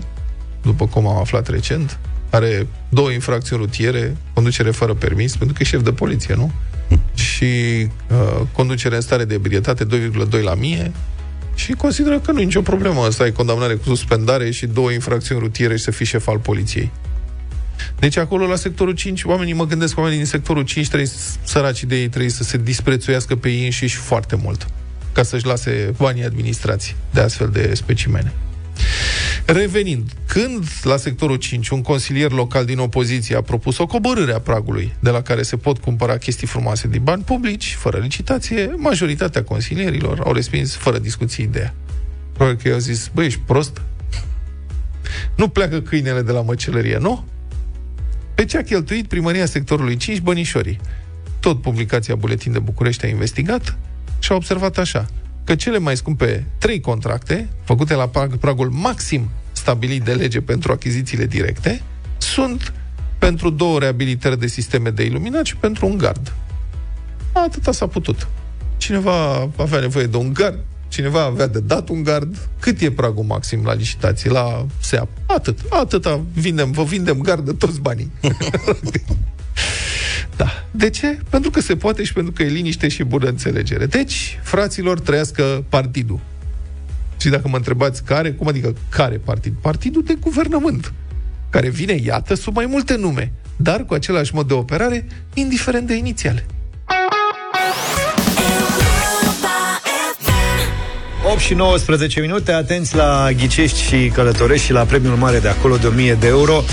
Speaker 3: după cum am aflat recent, are două infracțiuni rutiere, conducere fără permis, pentru că e șef de poliție, nu? Și uh, conducere în stare de ebrietate 2,2 la mie și consideră că nu e nicio problemă să ai condamnare cu suspendare și două infracțiuni rutiere și să fii șef al poliției. Deci acolo la sectorul 5, oamenii, mă gândesc, că oamenii din sectorul 5, trebuie, s- săracii de ei, trebuie să se disprețuiască pe ei înșiși foarte mult ca să-și lase banii administrații de astfel de specimene. Revenind, când la sectorul 5 un consilier local din opoziție a propus o coborâre a pragului de la care se pot cumpăra chestii frumoase din bani publici, fără licitație, majoritatea consilierilor au respins fără discuții ideea. Probabil că i-au zis, băi, ești prost? Nu pleacă câinele de la măcelărie, nu? Pe ce a cheltuit primăria sectorului 5 Bănișorii? Tot publicația Buletin de București a investigat și a observat așa, că cele mai scumpe trei contracte, făcute la prag- pragul maxim stabilit de lege pentru achizițiile directe, sunt pentru două reabilitări de sisteme de iluminat și pentru un gard. Atâta s-a putut. Cineva avea nevoie de un gard, cineva avea de dat un gard. Cât e pragul maxim la licitații, la SEAP? Atât, atâta vindem, vă vindem gard de toți banii. Da. De ce? Pentru că se poate și pentru că e liniște și bună înțelegere. Deci, fraților, trăiască partidul. Și dacă mă întrebați care, cum adică care partid? Partidul de guvernământ, care vine, iată, sub mai multe nume, dar cu același mod de operare, indiferent de inițiale.
Speaker 5: Europa FM.
Speaker 2: 8 și 19 minute, atenți la ghicești și călătorești și la premiul mare de acolo de 1000 de euro.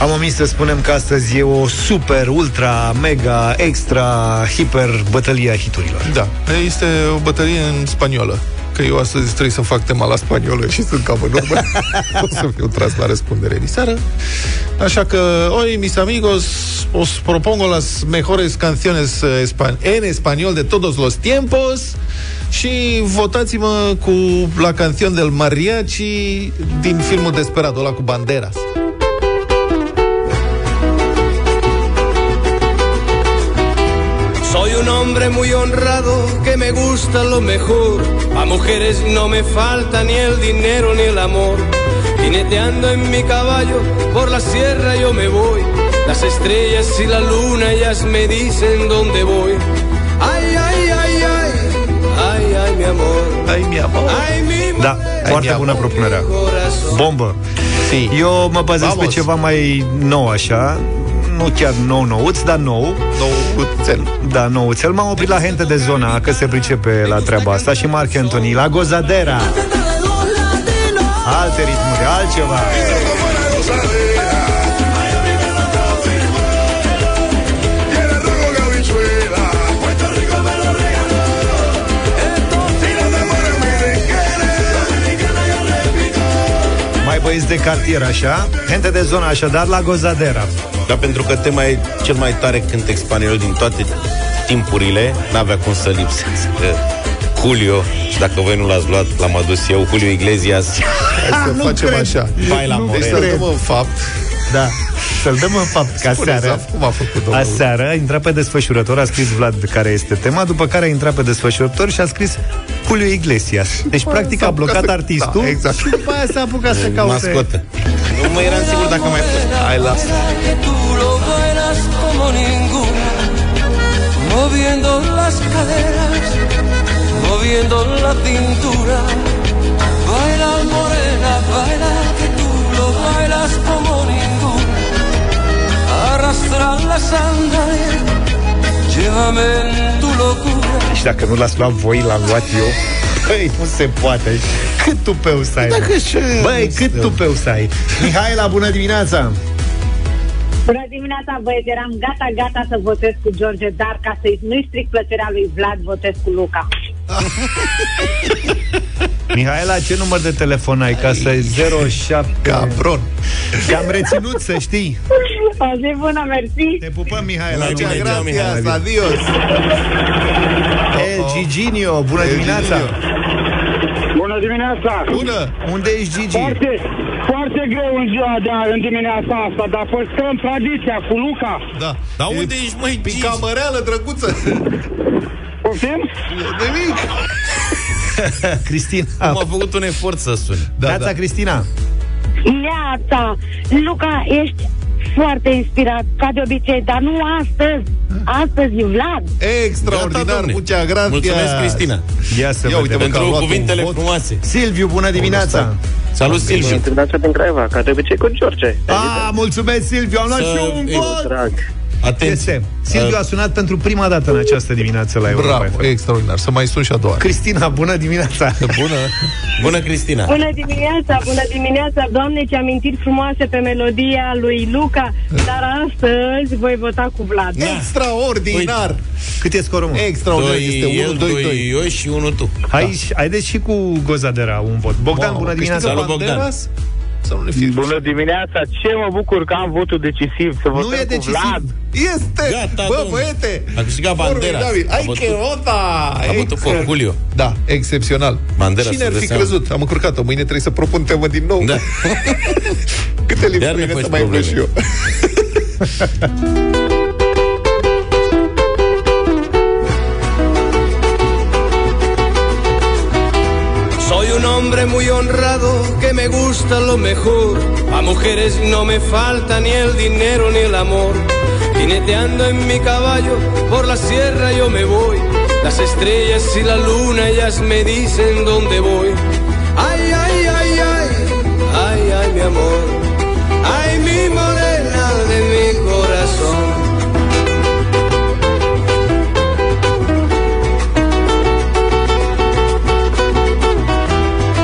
Speaker 2: Am omis să spunem că astăzi e o super, ultra, mega, extra, hiper bătălie a hiturilor.
Speaker 3: Da, este o bătălie în spaniolă. Că eu astăzi trebuie să fac tema la spaniolă și sunt cam în urmă. o să fiu tras la răspundere diseară. Așa că, hoy, mis amigos, os propongo las mejores canciones eh, espan- en español de todos los tiempos și votați-mă cu la canción del mariachi din filmul Desperado, ăla cu Banderas.
Speaker 6: Soy un hombre muy honrado que me gusta lo mejor. A mujeres no me falta ni el dinero ni el amor. Jineteando en mi caballo por la sierra yo me voy. Las estrellas y la luna ellas me dicen dónde voy. Ay, ay, ay, ay, ay, ay, mi amor.
Speaker 3: Ai mi amor.
Speaker 6: Ay, mi
Speaker 2: Da, foarte
Speaker 3: mi-am
Speaker 2: bună
Speaker 3: auzit.
Speaker 2: propunerea.
Speaker 6: corazón.
Speaker 2: Bombă.
Speaker 3: Si.
Speaker 2: Eu mă bazez
Speaker 3: Vamos.
Speaker 2: pe ceva mai nou așa, nu chiar nou nouț, dar nou.
Speaker 3: Ah, Nou cuțel.
Speaker 2: Da, nou. Cel m-am oprit la gente de zona, că se pricepe la treaba asta și Marc Anthony, la Gozadera. Alte ritmuri, altceva. Mai de cartier așa, gente de zonă așadar la Gozadera.
Speaker 4: Dar pentru că tema e cel mai tare cântec spaniol din toate timpurile, n-avea cum să lipsească. Julio, și dacă voi nu l-ați luat, l-am adus eu, Julio Iglesias.
Speaker 3: Hai să facem așa.
Speaker 4: Ah, Vai la
Speaker 3: Deci
Speaker 4: Morel.
Speaker 3: să dăm în fapt.
Speaker 2: Da, să-l dăm în fapt ca
Speaker 3: Spuneți,
Speaker 2: seară.
Speaker 3: Zaf, cum a făcut domnul?
Speaker 2: Aseară a intrat pe desfășurător, a scris Vlad care este tema, după care a intrat pe desfășurător și a scris Julio Iglesias. Deci, practic,
Speaker 3: s-a
Speaker 2: a
Speaker 3: apucat
Speaker 2: blocat
Speaker 3: să-
Speaker 2: artistul
Speaker 3: da, exact.
Speaker 2: și după aia s-a apucat să caute...
Speaker 4: Mascotă. Nu mă eram sigur dacă mai
Speaker 3: Hai, lasă.
Speaker 6: que tú lo bailas como ninguna, moviendo las caderas, moviendo la cintura. Baila morena, baila que tú lo bailas como ninguna. Arrastra las sandalias, llévame en tu locura.
Speaker 2: Și dacă nu l-ați luat voi, l-am luat eu. Păi, nu se poate. Cât tupeu să ai. Păi Dacă Băi, cât tupeu să ai. Mihaela, bună dimineața!
Speaker 7: Bună dimineața, băieți, eram gata, gata să votez cu George, dar ca să-i nu-i stric plăcerea lui Vlad, votez cu Luca.
Speaker 2: Mihaela, ce număr de telefon ai? Ca să 07...
Speaker 3: Cabron.
Speaker 2: Te-am reținut, să știi.
Speaker 7: O zi bună, mersi!
Speaker 2: Te pupăm, Mihaela.
Speaker 4: Mergem,
Speaker 2: numai.
Speaker 4: mergem.
Speaker 3: Gracias, adios.
Speaker 2: El Giginio, bună
Speaker 3: El
Speaker 2: dimineața!
Speaker 3: Giginio.
Speaker 8: Bună dimineața!
Speaker 3: Bună!
Speaker 2: Unde ești Gigi?
Speaker 8: Foarte, foarte greu în ziua de azi, în dimineața asta, dar păstrăm tradiția cu Luca.
Speaker 3: Da.
Speaker 4: Dar
Speaker 3: E
Speaker 4: unde ești, măi, Gigi?
Speaker 3: Picamăreală, drăguță.
Speaker 8: Poftim?
Speaker 3: Nimic.
Speaker 2: Cristina.
Speaker 4: Am a făcut un efort să sun.
Speaker 3: Da,
Speaker 2: Neața,
Speaker 3: da.
Speaker 2: Cristina.
Speaker 7: Neața! Luca, ești foarte inspirat, ca de obicei, dar nu astăzi. Astăzi e Vlad.
Speaker 4: Gata,
Speaker 3: Extraordinar.
Speaker 4: domne.
Speaker 3: Muchas gracias.
Speaker 4: Mulțumesc, Cristina.
Speaker 2: Ia să
Speaker 3: Ia
Speaker 2: vedem.
Speaker 3: uite, mă, că a
Speaker 4: Pentru
Speaker 3: luat un
Speaker 4: cuvintele
Speaker 3: vot.
Speaker 4: frumoase.
Speaker 2: Silviu, bună dimineața!
Speaker 4: Salut, Silviu.
Speaker 8: Dimineața din Craiova, ca de obicei cu George.
Speaker 2: A, mulțumesc, Silviu, am luat
Speaker 4: Să-
Speaker 2: și eu un
Speaker 4: Ei,
Speaker 2: vot!
Speaker 8: Drag.
Speaker 4: Atenție.
Speaker 2: Este. Silviu
Speaker 4: Uh.
Speaker 2: a sunat pentru prima dată în această dimineață la Europa.
Speaker 3: Bravo,
Speaker 2: FM.
Speaker 3: extraordinar. Să mai sun și a doua. oară.
Speaker 2: Cristina, bună dimineața!
Speaker 3: Bună.
Speaker 4: Bună, Cristina.
Speaker 7: Bună dimineața, bună dimineața, doamne, ce amintiri frumoase pe melodia lui Luca, dar astăzi voi vota cu Vlad.
Speaker 3: Extraordinar.
Speaker 2: Cât e scorul, mă?
Speaker 3: Extraordinar. Este
Speaker 4: Da. Doi, el,
Speaker 3: 1, 2, 2.
Speaker 4: doi, eu și unul tu.
Speaker 2: Haideți hai și cu Gozadera un vot. Bogdan,
Speaker 3: Mamă,
Speaker 2: bună
Speaker 3: câștigă
Speaker 2: dimineața!
Speaker 4: Salut, Bogdan.
Speaker 3: Banderas? Să nu ne fie
Speaker 8: Bună dimineața, ce mă bucur că am votul decisiv, să votăm
Speaker 2: Nu e
Speaker 8: cu Vlad.
Speaker 2: decisiv.
Speaker 3: Este!
Speaker 4: Gata,
Speaker 3: Bă,
Speaker 4: domnule.
Speaker 3: băiete!
Speaker 4: A câștigat
Speaker 3: Vorbim,
Speaker 4: Banderas.
Speaker 3: David.
Speaker 4: A
Speaker 3: Ai
Speaker 4: bătut-
Speaker 3: che rota!
Speaker 4: A bătut
Speaker 3: Excel.
Speaker 4: cu Julio.
Speaker 3: Da, excepțional.
Speaker 4: Banderas,
Speaker 3: Cine ar
Speaker 4: îți
Speaker 3: fi
Speaker 4: dai seama.
Speaker 3: crezut? Am încurcat-o. Mâine trebuie să propun temă din nou.
Speaker 4: Da.
Speaker 3: Câte
Speaker 4: Iar ne
Speaker 3: lipsuri
Speaker 4: faci
Speaker 3: să mai vreo și eu.
Speaker 4: probleme.
Speaker 6: Soy un hombre muy honrado que me gusta lo mejor. A mujeres no me falta ni el dinero ni el amor. Jineteando en mi caballo por la sierra yo me voy. Las estrellas y la luna ellas me dicen dónde voy. Ay, ay, ay, ay, ay, ay, mi amor. Ay, mi morena de mi corazón.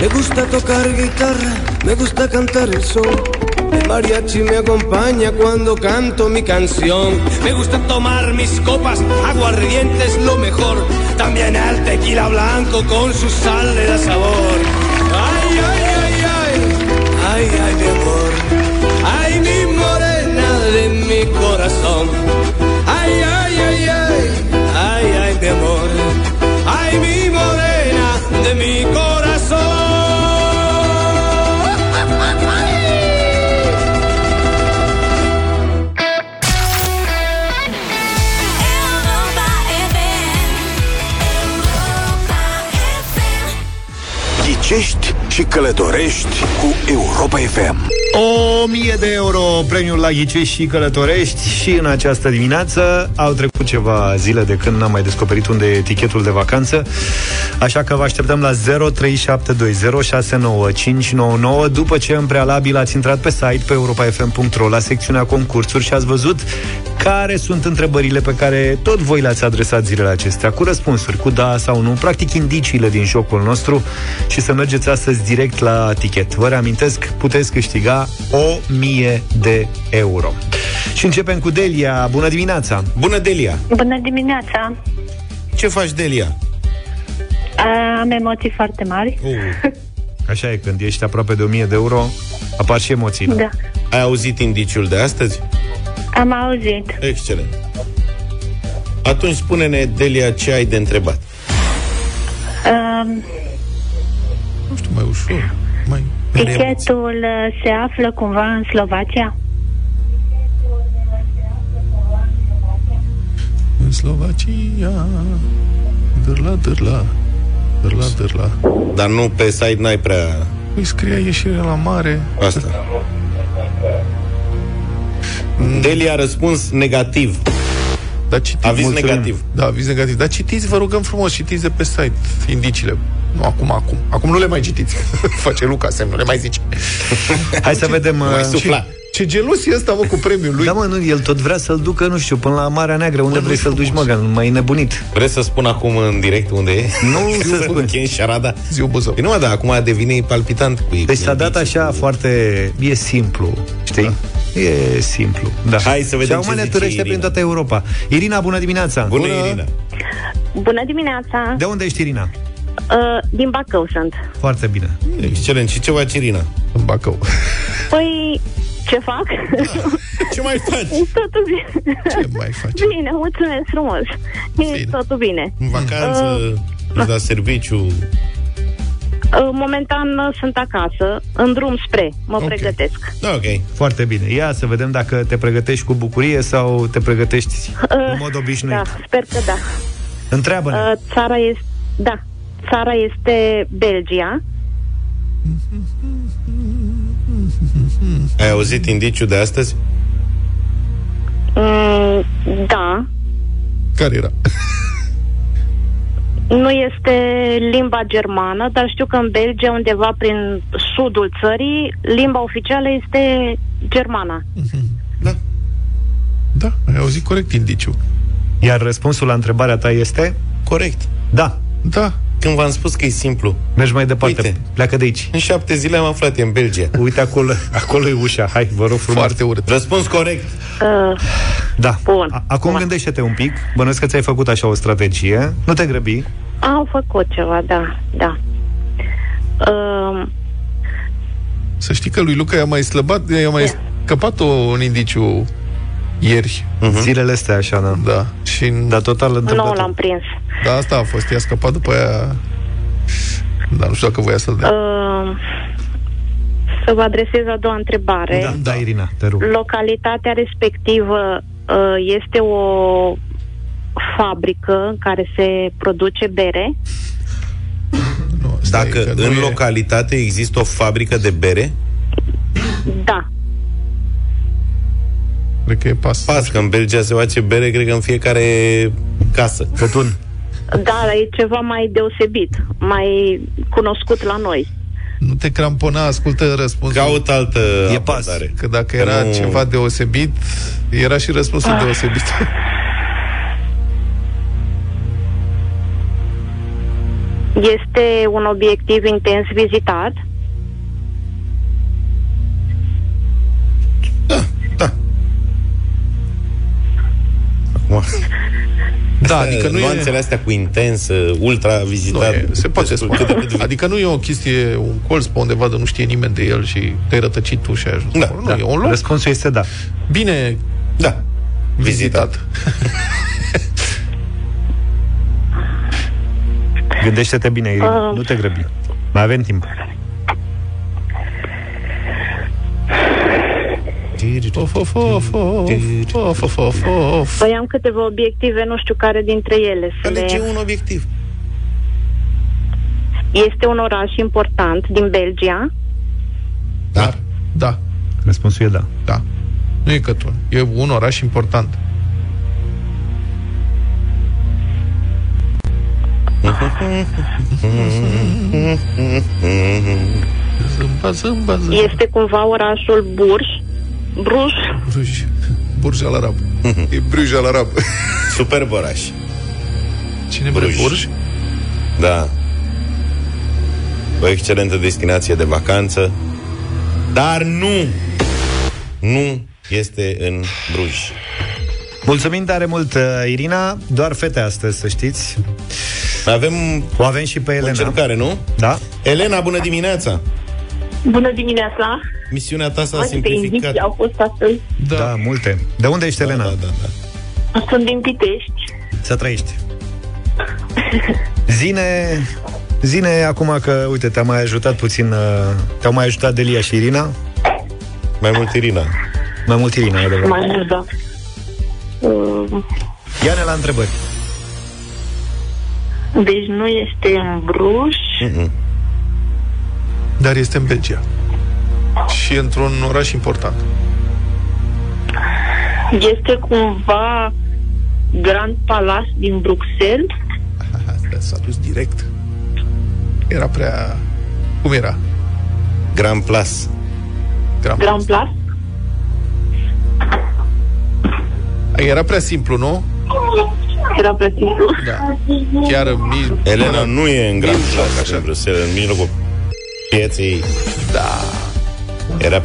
Speaker 6: Me gusta tocar guitarra, me gusta cantar el sol. El mariachi me acompaña cuando canto mi canción. Me gusta tomar mis copas, aguardiente es lo mejor. También el tequila blanco con su sal le da sabor. Ay, ay, ay, ay, ay, ay, mi amor. Ay, mi morena de mi corazón. Ay, ay, ay, ay, ay, ay, mi amor. Ay, mi morena de mi corazón.
Speaker 5: Europa FM. Europa FM.
Speaker 1: Ghicești și călătorești cu Europa FM.
Speaker 2: 1000 de euro premiul la ghicești și călătorești și în această dimineață au trecut ceva zile de când n-am mai descoperit unde e etichetul de vacanță, așa că vă așteptăm la 0372069599 după ce în prealabil ați intrat pe site pe europafm.ro la secțiunea concursuri și ați văzut care sunt întrebările pe care tot voi le-ați adresat zilele acestea cu răspunsuri, cu da sau nu, practic indiciile din jocul nostru și să mergeți astăzi direct la tichet. Vă reamintesc, puteți câștiga 1000 de euro. Și începem cu Delia. Bună dimineața!
Speaker 4: Bună, Delia!
Speaker 9: Bună dimineața!
Speaker 4: Ce faci, Delia?
Speaker 9: Uh, Am emoții foarte mari.
Speaker 4: Uh,
Speaker 2: Așa e, când ești aproape de 1000 de euro, apar și emoțiile.
Speaker 9: Da.
Speaker 4: ai auzit indiciul de astăzi?
Speaker 9: Am auzit.
Speaker 4: Excelent. Atunci spune-ne, Delia, ce ai de întrebat.
Speaker 9: Uh,
Speaker 3: Nu știu, mai ușor. Mai...
Speaker 9: tichetul uh, se află cumva în Slovacia?
Speaker 3: În Slovacia. Dârla, dârla. Dârla, dârla.
Speaker 4: Dar nu pe site n-ai prea
Speaker 3: Îi scria ieșire la mare.
Speaker 4: asta. Delia a răspuns negativ.
Speaker 3: Dar citiți,
Speaker 4: Aviz
Speaker 3: Mulțumim.
Speaker 4: negativ.
Speaker 3: Da, aviz negativ. Dar citiți, vă rugăm frumos, citiți de pe site indiciile. Nu, acum, acum. Acum nu le mai citiți. Face Luca semn, nu le mai zici.
Speaker 2: Hai să vedem... uh,
Speaker 4: Sufla.
Speaker 3: Ce gelos e ăsta, mă, cu premiul lui.
Speaker 2: Da, mă, nu, el tot vrea să-l ducă, nu știu, până la Marea Neagră, unde vrei să-l duci, mă, că mai e nebunit.
Speaker 4: Vreți să spun acum în direct unde e?
Speaker 2: Nu să
Speaker 4: Să
Speaker 2: spun.
Speaker 4: Încheiem șarada.
Speaker 3: Ziu Buzău.
Speaker 4: Păi nu, mă, dar acum devine palpitant cu
Speaker 2: Deci s-a dat așa foarte... E simplu, știi? E simplu, da.
Speaker 4: Hai să vedem
Speaker 2: Și
Speaker 4: ce
Speaker 2: acum ne
Speaker 4: zice
Speaker 2: târăște
Speaker 4: Irina.
Speaker 2: prin toată Europa. Irina, bună dimineața!
Speaker 4: Bună, Irina.
Speaker 10: Bună dimineața!
Speaker 2: De unde ești, Irina?
Speaker 3: Da.
Speaker 10: Uh, din Bacău sunt.
Speaker 2: Foarte bine.
Speaker 4: Excelent. Și ce faci, Irina?
Speaker 3: În Bacău.
Speaker 10: Păi, ce fac?
Speaker 4: Ce mai faci?
Speaker 10: totul bine.
Speaker 3: Ce mai faci?
Speaker 10: Bine, mulțumesc frumos. E
Speaker 3: Bine.
Speaker 10: totul bine.
Speaker 4: În vacanță, ești la uh, serviciu.
Speaker 10: Uh, momentan uh, sunt acasă, în drum spre, mă
Speaker 3: Ok.
Speaker 10: okay. pregătesc.
Speaker 4: Da, ok.
Speaker 2: Foarte bine. Ia să vedem dacă te pregătești cu bucurie sau te pregătești în mod obișnuit.
Speaker 10: Da, sper că da.
Speaker 2: Întreabă-ne.
Speaker 10: Uh, țara este... Da. Țara este Belgia.
Speaker 4: Ai auzit indiciul de astăzi?
Speaker 10: Mm, da.
Speaker 3: Care era?
Speaker 10: Nu este limba germană, dar știu că în Belgia, undeva prin sudul țării, limba oficială este germana.
Speaker 3: Da. Da, ai auzit corect indiciu.
Speaker 2: Iar răspunsul la întrebarea ta este...
Speaker 4: Corect.
Speaker 2: Da,
Speaker 3: Da.
Speaker 4: Când v-am spus că e simplu.
Speaker 2: mergi mai departe.
Speaker 4: Uite.
Speaker 2: Pleacă de aici.
Speaker 4: În șapte zile am aflat, e în Belgia.
Speaker 2: Uite acolo, acolo e ușa. Hai, vă rog frumos.
Speaker 3: Foarte urât.
Speaker 4: Răspuns corect.
Speaker 10: Uh,
Speaker 2: Da.
Speaker 10: Bun.
Speaker 2: A- Acum
Speaker 10: Bun.
Speaker 2: gândește-te un pic. Bănuiesc că ți-ai făcut așa o strategie. Nu te grăbi.
Speaker 10: Au făcut ceva, da, da. Uh,
Speaker 3: Să știi că lui Luca i-a mai slăbat, i-a mai
Speaker 10: Ia.
Speaker 3: scăpat o, un indiciu ieri.
Speaker 4: Mhm.
Speaker 2: Uh-huh. Zilele astea așa, da.
Speaker 3: Da. Și
Speaker 2: Dar total
Speaker 10: nu
Speaker 2: întâmplător.
Speaker 10: l-am prins.
Speaker 3: da, asta a fost. I-a scăpat după aia... Dar nu știu dacă voia să-l dea.
Speaker 10: Uh, să vă adresez a doua întrebare.
Speaker 2: da, da, Irina, te rog.
Speaker 10: Localitatea respectivă uh, este o fabrică în care se produce bere.
Speaker 3: Nu, stai,
Speaker 4: Da. Dacă
Speaker 3: că nu
Speaker 4: în
Speaker 3: e-
Speaker 4: localitate există o fabrică de bere,
Speaker 10: Da.
Speaker 3: Cred că e pas.
Speaker 4: pas că în Belgia se face bere, cred că în fiecare casă.
Speaker 2: Cătun.
Speaker 10: Da, dar e ceva mai deosebit, mai cunoscut la noi.
Speaker 3: Nu te crampona, ascultă răspunsul.
Speaker 4: Caut altă
Speaker 2: E pas.
Speaker 4: abordare.
Speaker 3: Că dacă era
Speaker 4: nu-
Speaker 3: ceva deosebit, era și răspunsul deosebit.
Speaker 10: Este un obiectiv intens vizitat.
Speaker 4: Acum,
Speaker 3: da, adică nu
Speaker 4: nuanțele
Speaker 3: e,
Speaker 4: astea cu intens, uh, ultra
Speaker 3: nu
Speaker 4: vizitat.
Speaker 3: e, se poate
Speaker 4: destul,
Speaker 3: spune.
Speaker 4: Da. Deci, cât de cât vi-
Speaker 3: Adică nu e o chestie, un colț pe undeva de nu știe nimeni de el și te-ai rătăcit tu și ai ajuns.
Speaker 4: Da,
Speaker 3: acolo. nu,
Speaker 4: da.
Speaker 3: e un loc
Speaker 2: Răspunsul este da.
Speaker 3: bine
Speaker 4: Da. Vizitat.
Speaker 3: vizitat.
Speaker 2: Gândește-te bine, Irina.
Speaker 10: Ah.
Speaker 2: Nu te grăbi. Mai avem timp.
Speaker 3: Of, of, of, of, of, of, of, of.
Speaker 10: Păi am câteva
Speaker 4: Deci-
Speaker 10: obiective, nu știu care dintre ele să le...
Speaker 4: Alege un obiectiv.
Speaker 11: Este un oraș important din Belgia.
Speaker 3: Dar, da,
Speaker 2: Răspunsul e da.
Speaker 3: da. Nu e Cătun. E un oraș important. Zâmba, zâmba,
Speaker 4: Da.
Speaker 3: zâmba.
Speaker 11: Este cumva orașul Burj. Bruj.
Speaker 3: Bruj. Burja la rab. E Bruja la rab.
Speaker 4: Superb oraș.
Speaker 3: Cine Bruj?
Speaker 4: Bruj.
Speaker 3: Burj?
Speaker 4: Da. O excelentă destinație de vacanță. Dar nu! Nu este în Bruj.
Speaker 2: Mulțumim tare mult, uh, Irina. Doar fete astăzi, să știți.
Speaker 4: Avem
Speaker 2: O avem și pe
Speaker 4: o
Speaker 2: Elena.
Speaker 4: încercare, nu?
Speaker 2: Da?
Speaker 4: Elena, bună dimineața!
Speaker 12: Bună dimineața!
Speaker 4: Misiunea ta s-a
Speaker 12: Multe
Speaker 4: simplificat.
Speaker 12: indicii au fost astăzi.
Speaker 3: Da.
Speaker 2: Da, multe. De unde ești, Elena?
Speaker 4: Da, da, da.
Speaker 12: Sunt din Pitești.
Speaker 2: Să trăiești. Zine, zine acum că, uite, te-a mai ajutat puțin, uh, te-au mai ajutat Delia și Irina,
Speaker 4: Mai mult Irina.
Speaker 2: mai mult Irina, e adevărat.
Speaker 12: Mai mult, da. Uh,
Speaker 2: Ia-ne la întrebări.
Speaker 12: Deci nu este în Bruj.
Speaker 3: Dar este în Belgia. Și e într-un oraș important.
Speaker 12: Este cumva Grand Palace din Bruxelles.
Speaker 3: Asta s-a dus direct. Era prea... Cum era?
Speaker 4: Grand Plas.
Speaker 3: Grand
Speaker 12: Grand Place.
Speaker 3: Era prea simplu, nu?
Speaker 12: Era prea simplu.
Speaker 3: Da. Chiar în mij...
Speaker 4: Elena nu e în Grand Plas, așa
Speaker 3: așa.
Speaker 4: în Bruxelles, în mijlocul pieței.
Speaker 3: Da.
Speaker 4: Era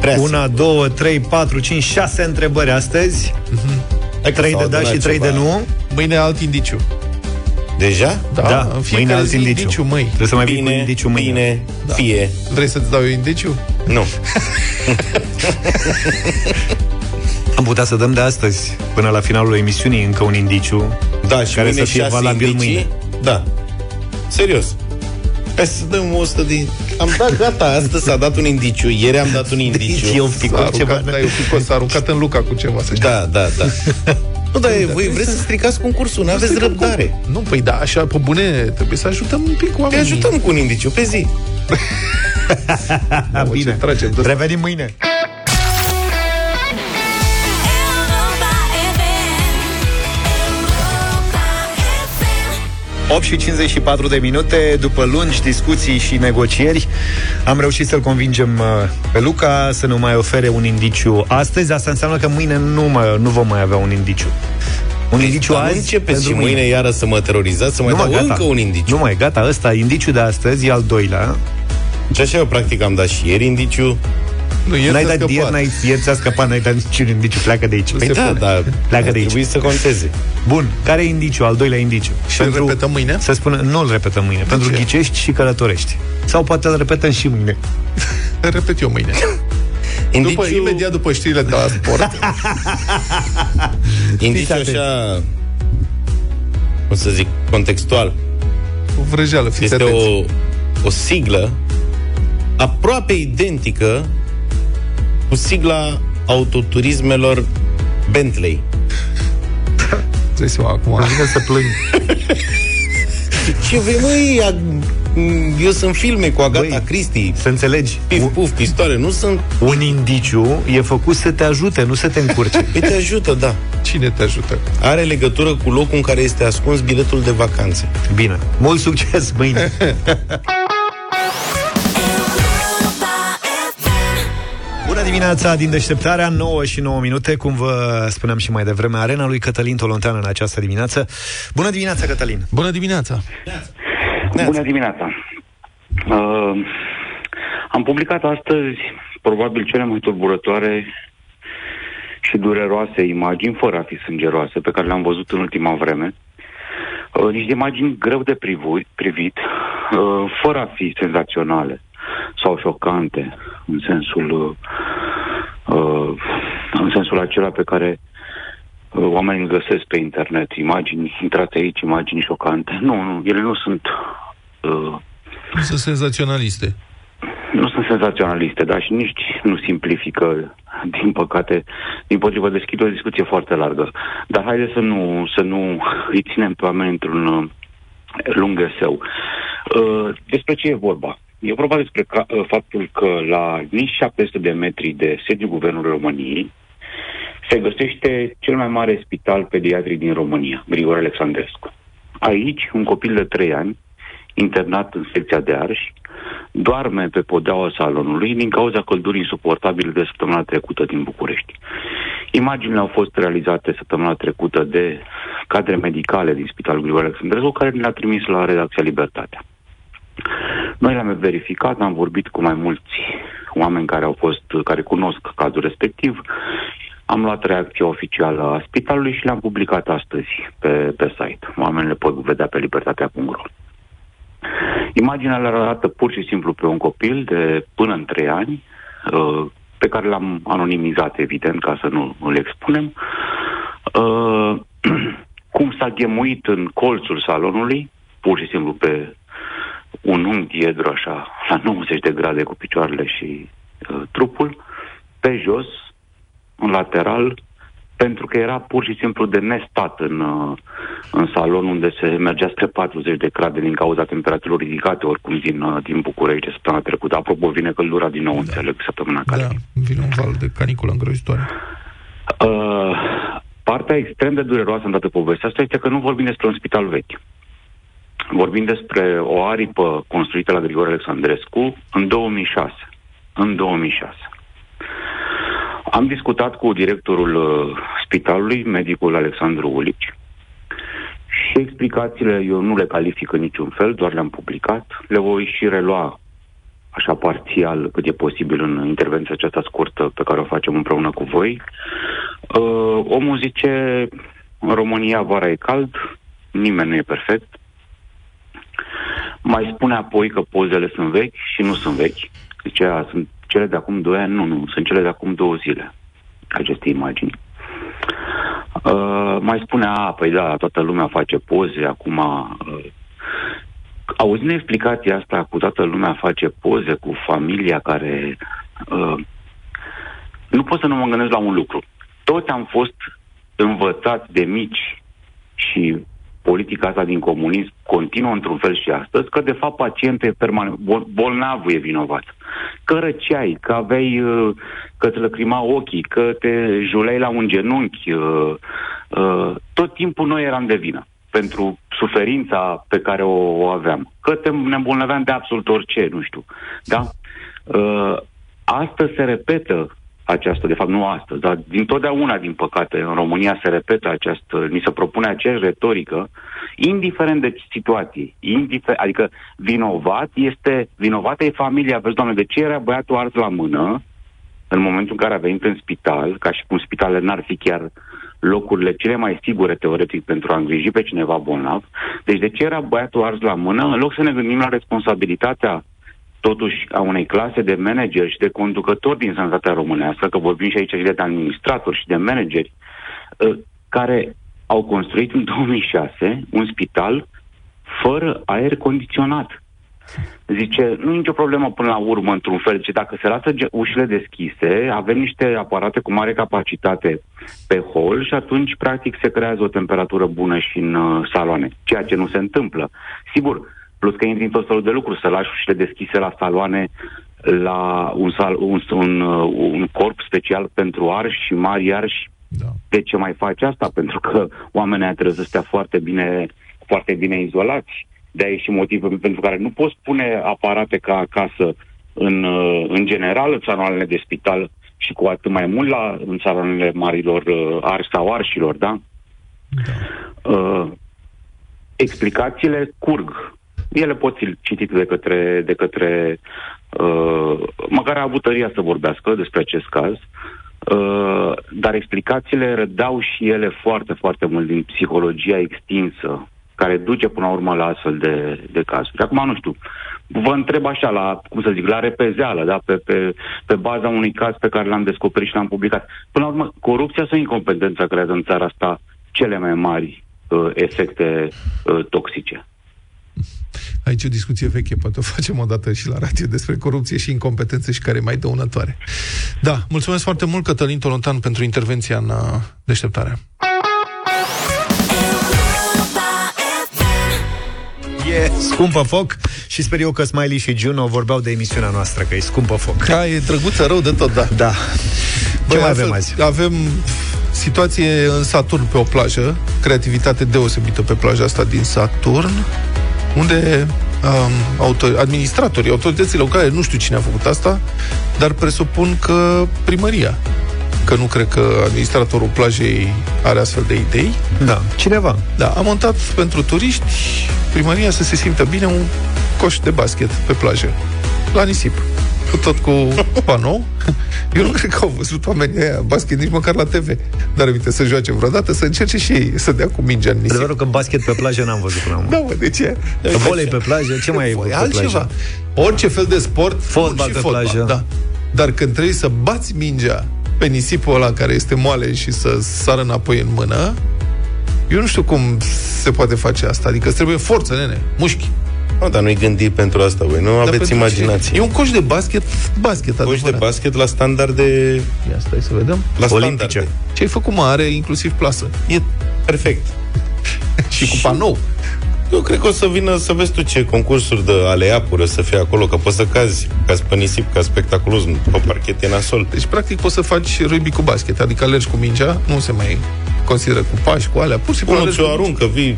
Speaker 4: prea
Speaker 2: Una, două, trei, patru, cinci, șase întrebări astăzi,
Speaker 4: Hai că
Speaker 2: trei
Speaker 4: s-au
Speaker 2: de da
Speaker 4: adunat
Speaker 2: și trei
Speaker 4: ceva.
Speaker 2: de nu.
Speaker 3: Mâine alt indiciu.
Speaker 4: Deja?
Speaker 3: Da,
Speaker 2: Da,
Speaker 3: în
Speaker 2: mâine
Speaker 3: fiecare
Speaker 2: alt
Speaker 3: zi
Speaker 2: indiciu.
Speaker 3: indiciu, mâi.
Speaker 2: Trebuie să mai vii cu
Speaker 4: Bine,
Speaker 2: indiciu mâine. Da.
Speaker 4: bine, fie.
Speaker 3: Vrei să-ți dau eu indiciu?
Speaker 4: Nu.
Speaker 2: Am putea să dăm de astăzi, până la finalul emisiunii, încă un indiciu.
Speaker 4: Da, și
Speaker 2: Care
Speaker 4: mâine
Speaker 2: să fie
Speaker 4: șase
Speaker 2: valabil
Speaker 4: indicii. Da. Serios. Hai să dăm 100 de... Am dat, gata, astăzi s-a dat un indiciu, ieri am dat un indiciu.
Speaker 2: E un
Speaker 3: S-a
Speaker 2: ficor ceva.
Speaker 3: aruncat, da, e un picos, s-a aruncat în Luca cu ceva, să știi.
Speaker 4: Da, da, da. Nu, dar voi vreți Da. să stricați concursul, nu aveți răbdare.
Speaker 3: Nu, păi da, așa, pe bune, trebuie să ajutăm un pic
Speaker 4: Te
Speaker 3: oamenii.
Speaker 4: ajutăm cu un indiciu pe zi.
Speaker 3: Da, bine. Ce tragem de
Speaker 2: Ah, Revenim mâine.
Speaker 5: Europa FM
Speaker 2: 8 și 54 de minute, după lungi discuții și negocieri, am reușit să-l convingem uh, pe Luca să nu mai ofere un indiciu astăzi. Asta înseamnă că mâine nu, mai, nu vom mai avea un indiciu. Un indiciu
Speaker 4: Dar nu
Speaker 2: azi
Speaker 4: începeți
Speaker 2: pentru
Speaker 4: și mâine iară să mă terorizați, să mai
Speaker 2: Nu mai,
Speaker 4: dau
Speaker 2: gata.
Speaker 4: încă un indiciu.
Speaker 2: Nu mai, gata, ăsta, indiciu de astăzi, e al doilea.
Speaker 4: Și așa eu practic am dat și ieri indiciu.
Speaker 3: Nu, ieri
Speaker 2: N-ai
Speaker 3: s-a
Speaker 2: dat
Speaker 3: scăpat.
Speaker 2: ieri, n-ai, ieri ți-a scăpat, n-ai dat niciun indiciu, pleacă de aici.
Speaker 4: Păi
Speaker 3: se
Speaker 4: da,
Speaker 3: pune.
Speaker 4: dar
Speaker 2: Pleacă de aici.
Speaker 4: trebuie să conteze.
Speaker 2: Bun, care e indiciu, al doilea indiciu?
Speaker 3: Și îl repetăm mâine?
Speaker 2: Să spună, nu-l repetăm mâine, pentru
Speaker 3: ce?
Speaker 2: ghicești și călătorești. Sau poate îl repetăm și mâine.
Speaker 3: Repet eu mâine.
Speaker 4: Indiciu,
Speaker 3: După, imediat după știrile de la sport.
Speaker 4: indiciu așa, cum să zic, contextual.
Speaker 3: O vrăjeală, fiți
Speaker 4: Este
Speaker 3: atenți.
Speaker 4: o, o siglă aproape identică cu sigla autoturismelor Bentley.
Speaker 3: Dai seama acum.
Speaker 2: Vine să plâng.
Speaker 4: Ce vei, măi, a- m, eu sunt filme cu Agata
Speaker 2: Băi.
Speaker 4: Christie,
Speaker 2: Să înțelegi.
Speaker 4: pif, puf, pistoale, nu sunt...
Speaker 2: Un indiciu e făcut să te ajute, nu să te încurce.
Speaker 4: Păi te ajută, da.
Speaker 3: Cine te ajută?
Speaker 4: Are legătură cu locul în care este ascuns biletul de vacanțe.
Speaker 2: Bine, mult succes mâine. Bună dimineața din deșteptarea, 9 și 9 minute, cum vă spuneam și mai devreme, arena lui Cătălin Tolontean în această dimineață. Bună dimineața, Cătălin!
Speaker 3: Bună dimineața!
Speaker 10: Bună dimineața! Uh, am publicat astăzi probabil cele mai tulburătoare și dureroase imagini, fără a fi sângeroase, pe care le-am văzut în ultima vreme. Uh, niște imagini greu de privu- privit, uh, fără a fi senzaționale sau șocante, în sensul, uh, uh, în sensul acela pe care uh, oamenii îl găsesc pe internet. Imagini, intrați aici, imagini șocante. Nu, nu, ele nu sunt uh,
Speaker 3: Nu sunt senzaționaliste.
Speaker 10: nu sunt senzaționaliste, dar și nici nu simplifică, din păcate, din potrivă, deschid o discuție foarte largă. Dar haideți să nu, să nu îi ținem pe oameni într-un uh, lung eseu. Uh, Despre ce e vorba? E vorba despre ca, uh, faptul că la nici 700 de metri de sediul Guvernului României se găsește cel mai mare spital pediatric din România, Grigore Alexandrescu. Aici, un copil de 3 ani, internat în secția de arși, doarme pe podeaua salonului din cauza căldurii insuportabile de săptămâna trecută din București. Imaginile au fost realizate săptămâna trecută de cadre medicale din Spitalul Grigore Alexandrescu, care ne le-a trimis la redacția Libertatea. Noi le-am verificat, am vorbit cu mai mulți oameni care au fost, care cunosc cazul respectiv, am luat reacția oficială a spitalului și le-am publicat astăzi pe, pe site. Oamenii le pot vedea pe libertatea.ro. Imaginea le arată pur și simplu pe un copil de până în 3 ani, uh, pe care l-am anonimizat, evident, ca să nu îl expunem, uh, cum s-a ghemuit în colțul salonului, pur și simplu pe un unghi edru așa, la 90 de grade cu picioarele și uh, trupul, pe jos, în lateral, pentru că era pur și simplu de nestat în, uh, în salon unde se mergea spre 40 de grade din cauza temperaturilor ridicate oricum din, uh, din București de săptămâna trecută. Apropo, vine căldura din nou, da. înțeleg, săptămâna care
Speaker 3: Da, vine un val de caniculă îngrozitoare.
Speaker 10: Uh, partea extrem de dureroasă în toată povestea asta este că nu vorbim despre un spital vechi. Vorbim despre o aripă construită la Grigore Alexandrescu în 2006. În 2006. Am discutat cu directorul uh, spitalului, medicul Alexandru Ulici, și explicațiile eu nu le calific în niciun fel, doar le-am publicat. Le voi și relua așa parțial cât e posibil în intervenția aceasta scurtă pe care o facem împreună cu voi. Uh, omul zice, în România vara e cald, nimeni nu e perfect. Mai spune apoi că pozele sunt vechi și nu sunt vechi. Zice, "A, sunt cele de acum 2 ani? Nu, nu, sunt cele de acum două zile, aceste imagini. Uh, mai spune, a, păi da, toată lumea face poze, acum uh, auzind explicația asta cu toată lumea face poze cu familia care... Uh, nu pot să nu mă gândesc la un lucru. Toți am fost învățați de mici și politica asta din comunism continuă într-un fel și astăzi, că de fapt pacientul e permanent, bol- bolnavul e vinovat. Că răceai, că aveai, uh, că te lăcrima ochii, că te juleai la un genunchi. uh, uh, Tot timpul noi eram de vină pentru suferința pe care o, o aveam. Că te, ne îmbolnăveam de absolut orice, nu știu. Da? Uh, astăzi se repetă această, de fapt nu astăzi, dar din totdeauna, din păcate, în România se repetă această, ni se propune aceeași retorică, indiferent de situație, indifer- adică vinovat este, vinovată e familia, vezi, doamne, de ce era băiatul ars la mână în momentul în care a venit în spital, ca și cum spitalele n-ar fi chiar locurile cele mai sigure, teoretic, pentru a îngriji pe cineva bolnav. Deci de ce era băiatul ars la mână? În loc să ne gândim la responsabilitatea totuși a unei clase de manageri și de conducători din sănătatea românească, că vorbim și aici și de administratori și de manageri, uh, care au construit în 2006 un spital fără aer condiționat. Zice, nu e nicio problemă până la urmă, într-un fel, zice, dacă se lasă ge- ușile deschise, avem niște aparate cu mare capacitate pe hol și atunci, practic, se creează o temperatură bună și în uh, saloane, ceea ce nu se întâmplă. Sigur, plus că intri în tot felul de lucruri, să lași ușile deschise la saloane, la un, sal- un, un, uh, un corp special pentru arși și mari arși. Da. De ce mai faci asta? Pentru că oamenii aia trebuie să stea foarte bine, foarte bine izolați de e și motivul pentru care nu poți pune aparate ca acasă în, uh, în general în saloanele de spital și cu atât mai mult la, în saloanele marilor uh, arși sau arșilor, da? da. Uh, explicațiile curg. Ele pot fi citite de către, de către uh, măcar abutăria să vorbească despre acest caz, uh, dar explicațiile rădau și ele foarte, foarte mult din psihologia extinsă care duce până la urmă la astfel de, de cazuri. Acum, nu știu, vă întreb așa, la, cum să zic, la repezeală, da? pe, pe, pe baza unui caz pe care l-am descoperit și l-am publicat. Până la urmă, corupția sau incompetența creează în țara asta cele mai mari uh, efecte uh, toxice.
Speaker 3: Aici e o discuție veche, poate o facem o dată și la radio despre corupție și incompetențe și care e mai dăunătoare. Da, mulțumesc foarte mult, Cătălin Tolontan, pentru intervenția în uh, deșteptarea.
Speaker 1: E scumpă foc
Speaker 2: Și sper eu că Smiley și Juno vorbeau de emisiunea noastră, că e scumpă foc.
Speaker 3: Da, e drăguță rău de tot, da.
Speaker 2: Da.
Speaker 3: Băi,
Speaker 2: mai avem
Speaker 3: altfel,
Speaker 2: azi?
Speaker 3: Avem situație în Saturn pe o plajă, creativitate deosebită pe plaja asta din Saturn, unde um, autor, administratorii, autoritățile locale, nu știu cine a făcut asta, dar presupun că primăria. Că nu cred că administratorul plajei are astfel de idei.
Speaker 2: Da, cineva.
Speaker 3: Da, a montat pentru turiști, primăria să se simtă bine, un coș de basket pe plajă, la nisip. Tot cu panou. Eu nu cred că au văzut oamenii aia basket nici măcar la TV. Dar uite, să joace vreodată, să încerce și ei să dea cu mingea în nisip.
Speaker 2: Adevărul că basket pe plajă n-am văzut până acum.
Speaker 3: Da, mă, de ce?
Speaker 2: Că volei pe plajă, ce mai e
Speaker 3: Voi,
Speaker 2: pe
Speaker 3: altceva.
Speaker 2: plajă?
Speaker 3: Orice fel de sport,
Speaker 2: Fotbal
Speaker 3: bun și
Speaker 2: pe
Speaker 3: fotbal,
Speaker 2: plajă.
Speaker 3: Da. Dar când trebuie să bați mingea pe nisipul ăla care este moale și să sară înapoi în mână, eu nu știu cum se poate face asta. Adică îți trebuie forță, nene, mușchi.
Speaker 4: Nu, dar nu-i gândit pentru asta, voi. Nu
Speaker 3: Dar
Speaker 4: aveți
Speaker 3: pentru
Speaker 4: imaginație.
Speaker 3: Ce? E un coș de basket, basket
Speaker 4: Coș de
Speaker 3: adevărat.
Speaker 4: basket la standarde...
Speaker 3: Ia stai să vedem.
Speaker 4: La
Speaker 2: Olimpice.
Speaker 4: standarde.
Speaker 3: Ce ai făcut, mă? Are inclusiv plasă.
Speaker 4: E perfect.
Speaker 3: și cu panou.
Speaker 4: Eu cred că o să vină să vezi tu ce concursuri de aleapuri o să fie acolo, că poți să cazi, cazi pe nisip, ca spectaculos, pe parchet e nasol.
Speaker 3: Deci, practic, poți să faci rugby cu basket. Adică alergi cu mingea, nu se mai consideră cu pași, cu alea. Pur și simplu
Speaker 4: Unul
Speaker 3: alergi
Speaker 4: ți-o
Speaker 3: cu...
Speaker 4: aruncă, vii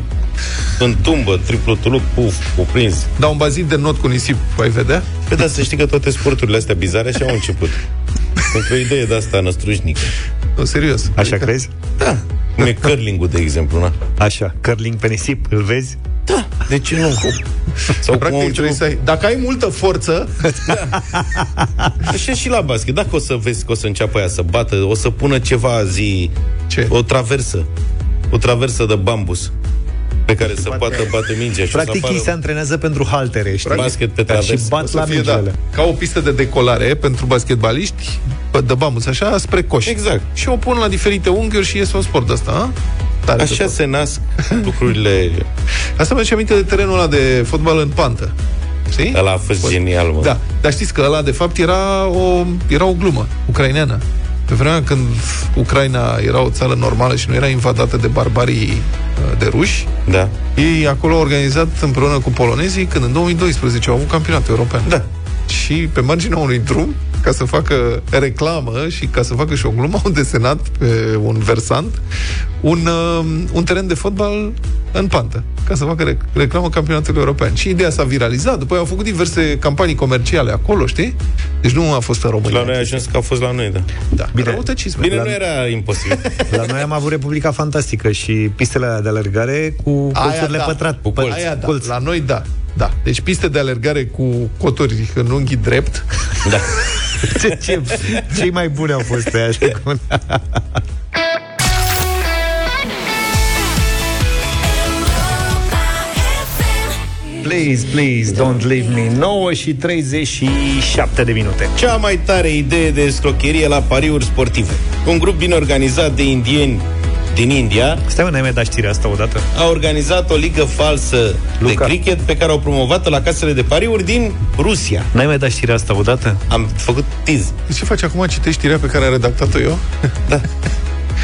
Speaker 4: în tumbă, triplu tuluc, puf, o prins.
Speaker 3: Dar un bazin de not cu nisip, ai vedea?
Speaker 4: Păi da, să știi că toate sporturile astea bizare și au început. Pentru o idee de asta năstrușnică.
Speaker 3: Nu, serios. Adică,
Speaker 2: Așa crezi?
Speaker 4: Cum e curling de exemplu, na?
Speaker 2: Așa, curling pe nisip, îl vezi?
Speaker 4: De ce nu? Sau cum au
Speaker 3: Practic,
Speaker 4: început
Speaker 3: trebuie să ai... Dacă ai multă forță,
Speaker 4: Așa Păi și la basket. Dacă o să vezi că o să înceapă ea să bată, o să pună ceva zi...
Speaker 3: Ce?
Speaker 4: O traversă. O traversă de bambus pe care să poată bate mingea și o
Speaker 2: Practic
Speaker 4: să
Speaker 2: ei
Speaker 4: apară
Speaker 2: se antrenează pentru haltere, știi?
Speaker 4: basket pe
Speaker 2: Dar și
Speaker 4: traversă.
Speaker 2: bat la
Speaker 3: fie, da,
Speaker 2: mingele.
Speaker 3: ca o pistă de decolare pentru basketbaliști, pe- de bamus, așa, spre coș.
Speaker 4: Exact.
Speaker 3: Și o pun la diferite unghiuri și iese un sport de ăsta, a? Tare de
Speaker 4: Așa
Speaker 3: tot.
Speaker 4: se nasc lucrurile.
Speaker 3: Asta mi-aduce aminte de terenul ăla de fotbal în pantă. Știi?
Speaker 4: Ăla a fost genial, mă.
Speaker 3: Da, dar știți că ăla de fapt era o, era o glumă ucraineană. Pe vremea când Ucraina era o țară normală și nu era invadată de barbarii uh, de ruși,
Speaker 4: Da.
Speaker 3: ei acolo au organizat împreună cu polonezii când în 2012 au avut campionatul european. Da. Și pe marginea unui drum, ca să facă reclamă și ca să facă și o glumă, au desenat pe un versant un, uh, un teren de fotbal în pantă, ca să facă rec- reclamă campionatului european. Și ideea s-a viralizat, după aia au făcut diverse campanii comerciale acolo, știi? Deci nu a fost în România.
Speaker 4: La noi a ajuns că a fost la noi, da.
Speaker 3: da.
Speaker 2: Bine.
Speaker 3: Răutăcisme.
Speaker 4: Bine,
Speaker 3: La-
Speaker 4: nu era imposibil.
Speaker 2: La noi am avut Republica Fantastică și pistele alea de alergare cu colțurile pătrat.
Speaker 3: Cu colț. Aia, da.
Speaker 2: Colț.
Speaker 3: La noi, da. Da. Deci piste de alergare cu coturi în unghi drept.
Speaker 4: da.
Speaker 2: Ce, ce, cei mai buni au fost aia. știi cum? Please, please, don't leave me 9 și 37 de minute
Speaker 4: Cea mai tare idee de scrocherie la pariuri sportive. Un grup bine organizat de indieni din India
Speaker 2: Stai mă, n-ai mai dat știrea asta odată?
Speaker 4: a organizat o ligă falsă
Speaker 2: Luca.
Speaker 4: de cricket pe care au promovat-o la casele de pariuri din Rusia.
Speaker 2: N-ai mai dat știrea asta odată?
Speaker 4: Am făcut tiz.
Speaker 3: Ce faci acum? Citești știrea pe care am redactat-o eu?
Speaker 4: Dar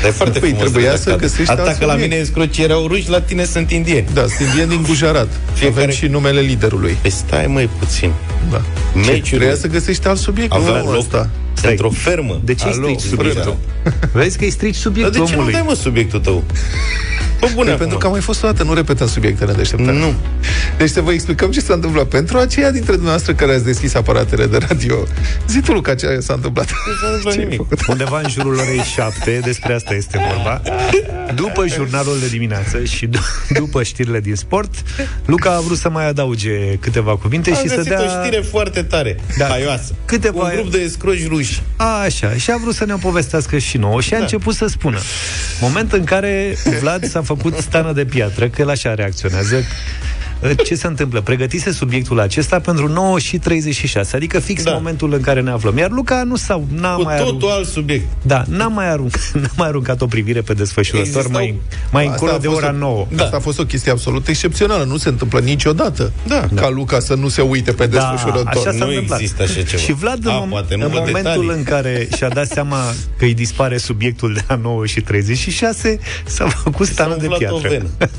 Speaker 4: e foarte
Speaker 3: Păi,
Speaker 4: frumos
Speaker 3: trebuia
Speaker 4: redactat.
Speaker 3: să găsești
Speaker 4: Atacă
Speaker 3: alții
Speaker 4: la
Speaker 3: obiect.
Speaker 4: mine scroci erau ruși, la tine sunt indieni.
Speaker 3: Da, sunt indieni din Gujarat.
Speaker 4: Fiecare-
Speaker 3: Avem și numele liderului.
Speaker 4: Păi stai mai puțin.
Speaker 3: Da.
Speaker 4: Meciul
Speaker 3: Trebuia să găsești alt subiect.
Speaker 4: avea
Speaker 3: nu
Speaker 4: loc
Speaker 3: ăsta.
Speaker 2: Stai.
Speaker 4: într-o fermă.
Speaker 2: De ce îi
Speaker 4: Alo,
Speaker 2: strici subiectul?
Speaker 4: frână.
Speaker 2: Vezi că îi strici
Speaker 4: Dar
Speaker 2: subiectul
Speaker 4: de ce nu
Speaker 2: omului
Speaker 4: dai mă subiectul tău? Păi bune,
Speaker 3: Păi
Speaker 4: acum.
Speaker 3: pentru că am mai fost o dată, nu repetăm subiectele de așteptare.
Speaker 4: Nu.
Speaker 3: Deci să vă explicăm ce s-a întâmplat pentru aceia dintre dumneavoastră care ați deschis aparatele de radio. Zi tu, Luca, ce s-a întâmplat. Nu
Speaker 4: s-a întâmplat nimic.
Speaker 2: Undeva în jurul orei 7, despre asta este vorba. După jurnalul de dimineață și d- după știrile din sport, Luca a vrut să mai adauge câteva cuvinte
Speaker 4: Am
Speaker 2: și să
Speaker 4: găsit
Speaker 2: dea...
Speaker 4: o știre foarte tare,
Speaker 2: Da.
Speaker 4: da. haioasă.
Speaker 2: Câteva-
Speaker 4: Un grup de escroci ruși.
Speaker 2: Așa, și a vrut să ne o povestească și nouă și a început să spună. Moment în care Vlad s-a făcut stană de piatră, că el așa reacționează. Ă, Ce se întâmplă? Pregătise subiectul acesta pentru 9 și 36, adică fix da.
Speaker 4: Da.
Speaker 2: momentul în care ne aflăm. Iar Luca nu s-a n-a
Speaker 4: Cu
Speaker 2: mai
Speaker 4: totul alt subiect.
Speaker 2: Da, n-am mai, arunc, n-am mai aruncat o privire pe desfășurător
Speaker 4: Existau-
Speaker 2: mai, mai
Speaker 3: Asta
Speaker 2: încolo
Speaker 3: a
Speaker 2: de
Speaker 3: fost
Speaker 2: ora
Speaker 3: o-
Speaker 2: 9.
Speaker 3: Da. Asta a fost o chestie absolut excepțională. Nu se întâmplă niciodată da. ca Luca să nu se uite pe
Speaker 2: Da,
Speaker 3: desfășurător.
Speaker 2: așa s-a
Speaker 4: Nu
Speaker 2: întâmplat.
Speaker 4: există așa ceva.
Speaker 2: Și Vlad, în,
Speaker 4: A,
Speaker 2: mom-
Speaker 4: poate nu
Speaker 2: în
Speaker 4: văd
Speaker 2: momentul
Speaker 4: detalii.
Speaker 2: în care și-a dat seama că îi dispare subiectul de la 9 și 36, s-a făcut stană
Speaker 4: S-a
Speaker 2: de
Speaker 4: umflat o
Speaker 2: piatră.
Speaker 4: venă.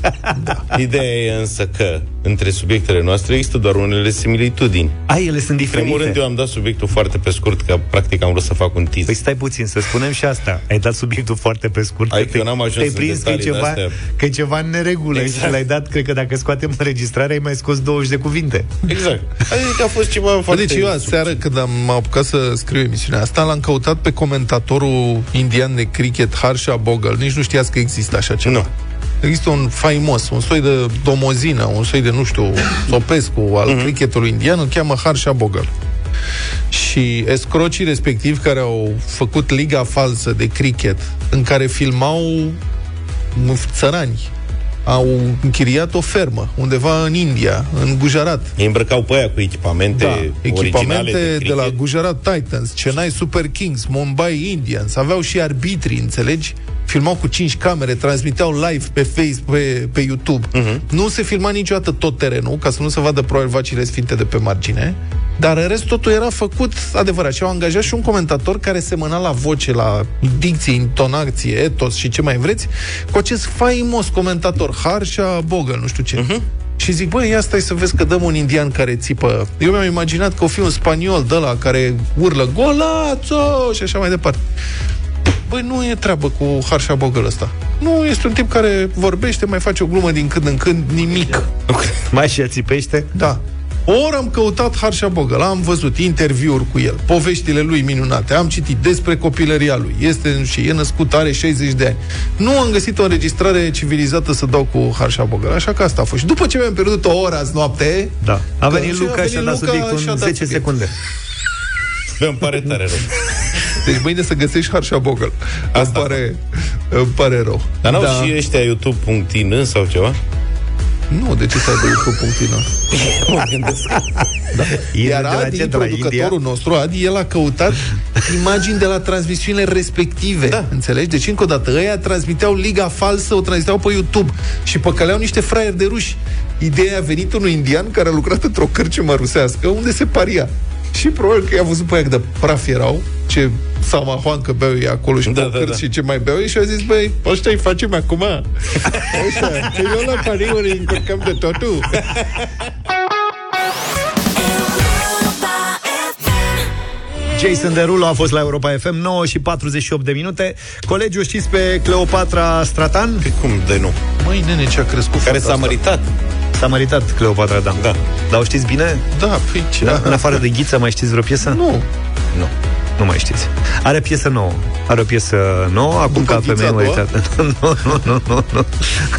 Speaker 4: da. Ideea e însă că între subiectele noastre există doar unele similitudini.
Speaker 2: A, ele sunt diferite.
Speaker 4: În primul rând, eu am dat subiectul foarte pe scurt, că practic am vrut să fac un titlu.
Speaker 2: Păi stai puțin, să spunem și asta. Ai dat subiectul foarte pe scurt.
Speaker 4: Hai
Speaker 2: că
Speaker 4: că eu Adică n-am ajuns
Speaker 2: te-ai
Speaker 4: în
Speaker 2: prins că e
Speaker 4: detalii
Speaker 2: ceva,
Speaker 4: de-astea.
Speaker 2: că e ceva în neregulă exact. și
Speaker 4: Exact.
Speaker 2: l-ai dat, cred că dacă scoatem înregistrarea ai mai scos 20 de cuvinte.
Speaker 4: Exact. Adică a fost ceva foarte...
Speaker 3: Foarte deci eu seară când am apucat să scriu emisiunea asta, l-am căutat pe comentatorul indian de cricket Harsha Bogal. Nici nu știați că există așa ceva.
Speaker 4: Nu.
Speaker 3: Există un faimos, un soi de domozină, un soi de, nu știu, sopescu al mm-hmm. cricketului indian, îl cheamă Harsha Bogal. Și escrocii respectiv care au făcut liga falsă de cricket, în care filmau m- țărani, au închiriat o fermă undeva în India, în Gujarat,
Speaker 4: Ei îmbrăcau pe aia cu echipamente originale de,
Speaker 3: Da, echipamente de,
Speaker 4: cricket.
Speaker 3: la Gujarat Titans, Chennai Super Kings, Mumbai Indians, aveau și arbitri, înțelegi? Filmau cu 5 camere, transmiteau live pe Facebook, pe, pe YouTube.
Speaker 4: Mhm.
Speaker 3: Uh-huh. Nu se filma niciodată tot terenul, ca să nu se vadă probabil vacile sfinte de pe margine, dar în rest totul era făcut adevărat și au angajat și un comentator care semăna la voce, la dicție, intonație, etos și ce mai vreți, cu acest faimos comentator, Harsha Bogle, nu știu ce.
Speaker 4: Mhm.
Speaker 3: Uh-huh. Și zic, băi, ia stai să vezi că dăm un indian care țipă. Eu mi-am imaginat că o fi un spaniol de la care urlă golațo și așa mai departe. Băi, nu e treabă cu harșa bogăl ăsta. Nu, este un tip care vorbește, mai face o glumă din când în când, nimic.
Speaker 2: Mai și ațipește?
Speaker 3: Da. O oră am căutat Harsha Bogăl, am văzut interviuri cu el, poveștile lui minunate, am citit despre copilăria lui, este și e născut, are 60 de ani. Nu am găsit o înregistrare civilizată să dau cu Harsha Bogăl, așa că asta a fost. Și după ce mi-am pierdut o oră azi noapte,
Speaker 2: Da. A
Speaker 3: Că-
Speaker 2: venit
Speaker 4: Deci
Speaker 3: și a
Speaker 2: Luca
Speaker 3: venit
Speaker 2: și a dat
Speaker 3: Luca
Speaker 2: subiectul
Speaker 3: și a
Speaker 2: în
Speaker 3: dat
Speaker 2: 10
Speaker 3: subiect.
Speaker 2: secunde.
Speaker 4: Da, îmi pare tare rău.
Speaker 3: deci mâine să găsești Harsha Bogăl. Asta îmi pare, îmi pare rău. Da.
Speaker 4: Dar n-au și ăștia youtube.in sau ceva?
Speaker 3: Nu, de ce să aibă YouTube.in?
Speaker 4: Mă gândesc.
Speaker 2: E
Speaker 3: Iar
Speaker 2: de la
Speaker 3: Adi,
Speaker 2: ce? De la India?
Speaker 3: producătorul nostru, Adi, el a căutat imagini de la transmisiunile respective. Da. Înțelegi? Deci, încă o dată, ăia transmiteau Liga Falsă, o transmiteau pe YouTube și păcăleau niște fraieri de ruși. Ideea a venit unui indian care a lucrat într-o cărciumă rusească, unde se paria. Și probabil că i-a văzut pe aia cât de praf erau, ce samahoan că beau ei acolo și
Speaker 4: Da,
Speaker 3: da,
Speaker 4: da,
Speaker 3: da, da.
Speaker 4: da.
Speaker 3: și ce mai beau ei și a zis, băi, ăștia îi facem acum. Ăștia, că eu la pariuri îi încărcăm de totul.
Speaker 2: Jason Derulo a fost la Europa FM 9 și 48 de minute. Colegiul știți pe Cleopatra Stratan?
Speaker 4: Păi Cum de nu?
Speaker 3: Măi, nene, ce a crescut
Speaker 4: Care
Speaker 3: fata
Speaker 4: s-a
Speaker 3: asta.
Speaker 4: măritat.
Speaker 2: S-a măritat Cleopatra, da.
Speaker 4: Da.
Speaker 2: Dar o știți bine?
Speaker 3: Da, păi ce?
Speaker 2: Da? În afară de Ghiță, mai știți vreo piesă?
Speaker 3: Nu.
Speaker 2: Nu. Nu mai știți. Are piesă nouă. Are o piesă nouă, acum
Speaker 3: După
Speaker 2: ca
Speaker 3: Ghiță
Speaker 2: femeie
Speaker 3: a doua?
Speaker 2: măritată. Nu, nu, nu, nu, nu.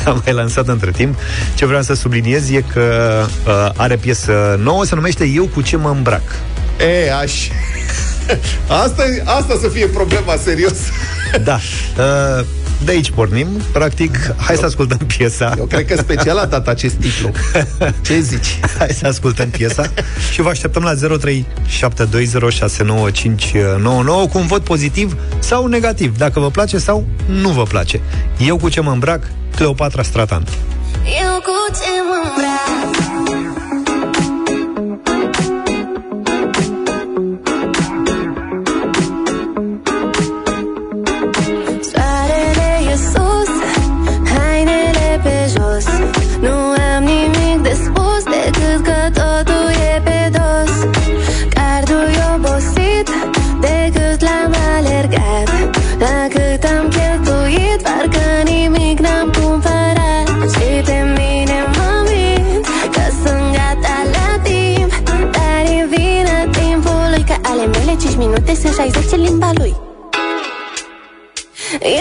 Speaker 2: Am mai lansat între timp. Ce vreau să subliniez e că uh, are piesă nouă, se numește Eu cu ce mă îmbrac.
Speaker 3: E, aș... Asta, e- asta să fie problema, serios.
Speaker 2: Da. Uh, de aici pornim. Practic, hai să ascultăm piesa.
Speaker 3: Eu cred că special a dat acest titlu. Ce zici?
Speaker 2: Deci, Hai să ascultăm piesa și vă așteptăm la 0372069599 cu un vot pozitiv sau negativ, dacă vă place sau nu vă place. Eu cu ce mă îmbrac, Cleopatra Stratan.
Speaker 5: Eu cu ce mă îmbrac Soarele e sus, hainele pe jos Nu am nimic de spus decât că totul e pe dos Cardul e obosit de cât l-am alergat La cât am cheltuit, parcă nimic n-am cumpărat Și de mine mă mint că sunt gata la timp Dar e vina timpului că ale mele 5 minute sunt 60 în limba lui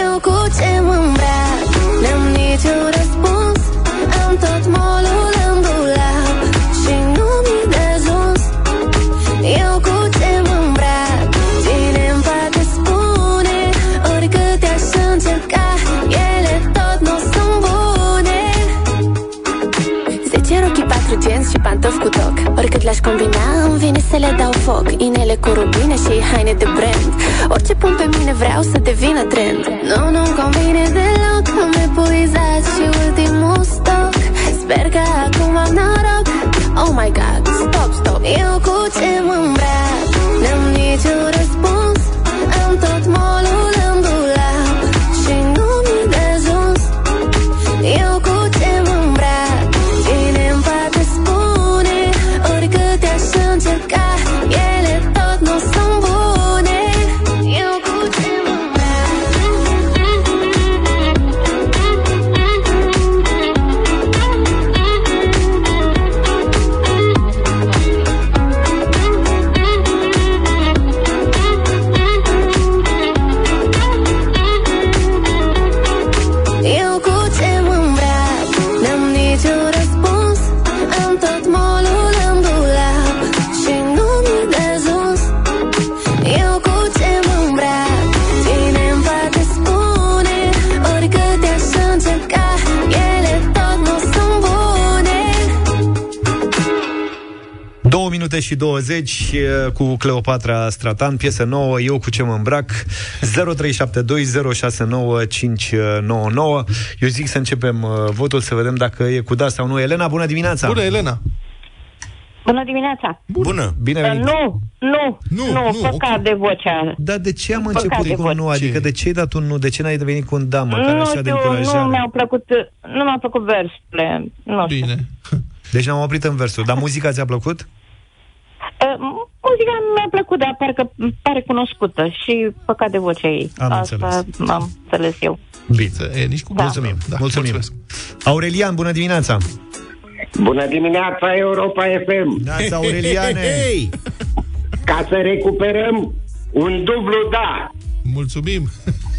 Speaker 5: eu cu ce mă îmbrac N-am niciun răspuns Am tot molul în dulap Și nu mi-e de ajuns Eu cu ce mă îmbrac Cine îmi poate spune Oricât aș încerca Ele tot nu sunt bune 10 rochii, 4 genți și pantofi cu toc Oricât le-aș combina, îmi vine să le dau foc Inele cu rubine și haine de brand Orice pun pe mine vreau să devină trend Nu, nu-mi convine deloc Am epuizat și ultimul stoc Sper că acum am noroc Oh my god, stop, stop Eu cu ce mă îmbrac N-am niciun răspuns Am tot molul în dulap Și nu mi-e de ajuns eu cu ce mă îmbrac Cine îmi poate
Speaker 2: 7 și 20 cu Cleopatra Stratan, piesă nouă, eu cu ce mă îmbrac, 0372069599. Eu zic să începem uh, votul, să vedem dacă e cu da sau nu. Elena, bună dimineața!
Speaker 3: Bună, Elena!
Speaker 10: Bună dimineața!
Speaker 4: Bună!
Speaker 2: Bine venit!
Speaker 10: Nu, nu, nu, nu păcat okay. de vocea.
Speaker 2: Dar de ce am păcat început cu un nu? Adică de ce ai dat un nu? De ce n-ai devenit cu un da, măcar
Speaker 10: nu,
Speaker 2: așa de
Speaker 10: încurajare? Nu, mi-au plăcut, nu mi-au plăcut versurile. Nu
Speaker 3: Bine.
Speaker 10: Știu.
Speaker 2: Deci ne-am oprit în versuri. Dar muzica ți-a plăcut?
Speaker 10: Uh, muzica mi-a plăcut, dar parcă pare cunoscută și păcat de vocea ei.
Speaker 2: Am
Speaker 10: Asta
Speaker 2: înțeles.
Speaker 10: am înțeles eu.
Speaker 2: Bine.
Speaker 3: E, nici cu da.
Speaker 2: Mulțumim. Da, mulțumim. Mulțumesc. Aurelian, bună dimineața!
Speaker 13: Bună dimineața, Europa FM!
Speaker 3: Da,
Speaker 2: Neața, Aureliane! Hey!
Speaker 13: Ca să recuperăm un dublu da!
Speaker 3: Mulțumim!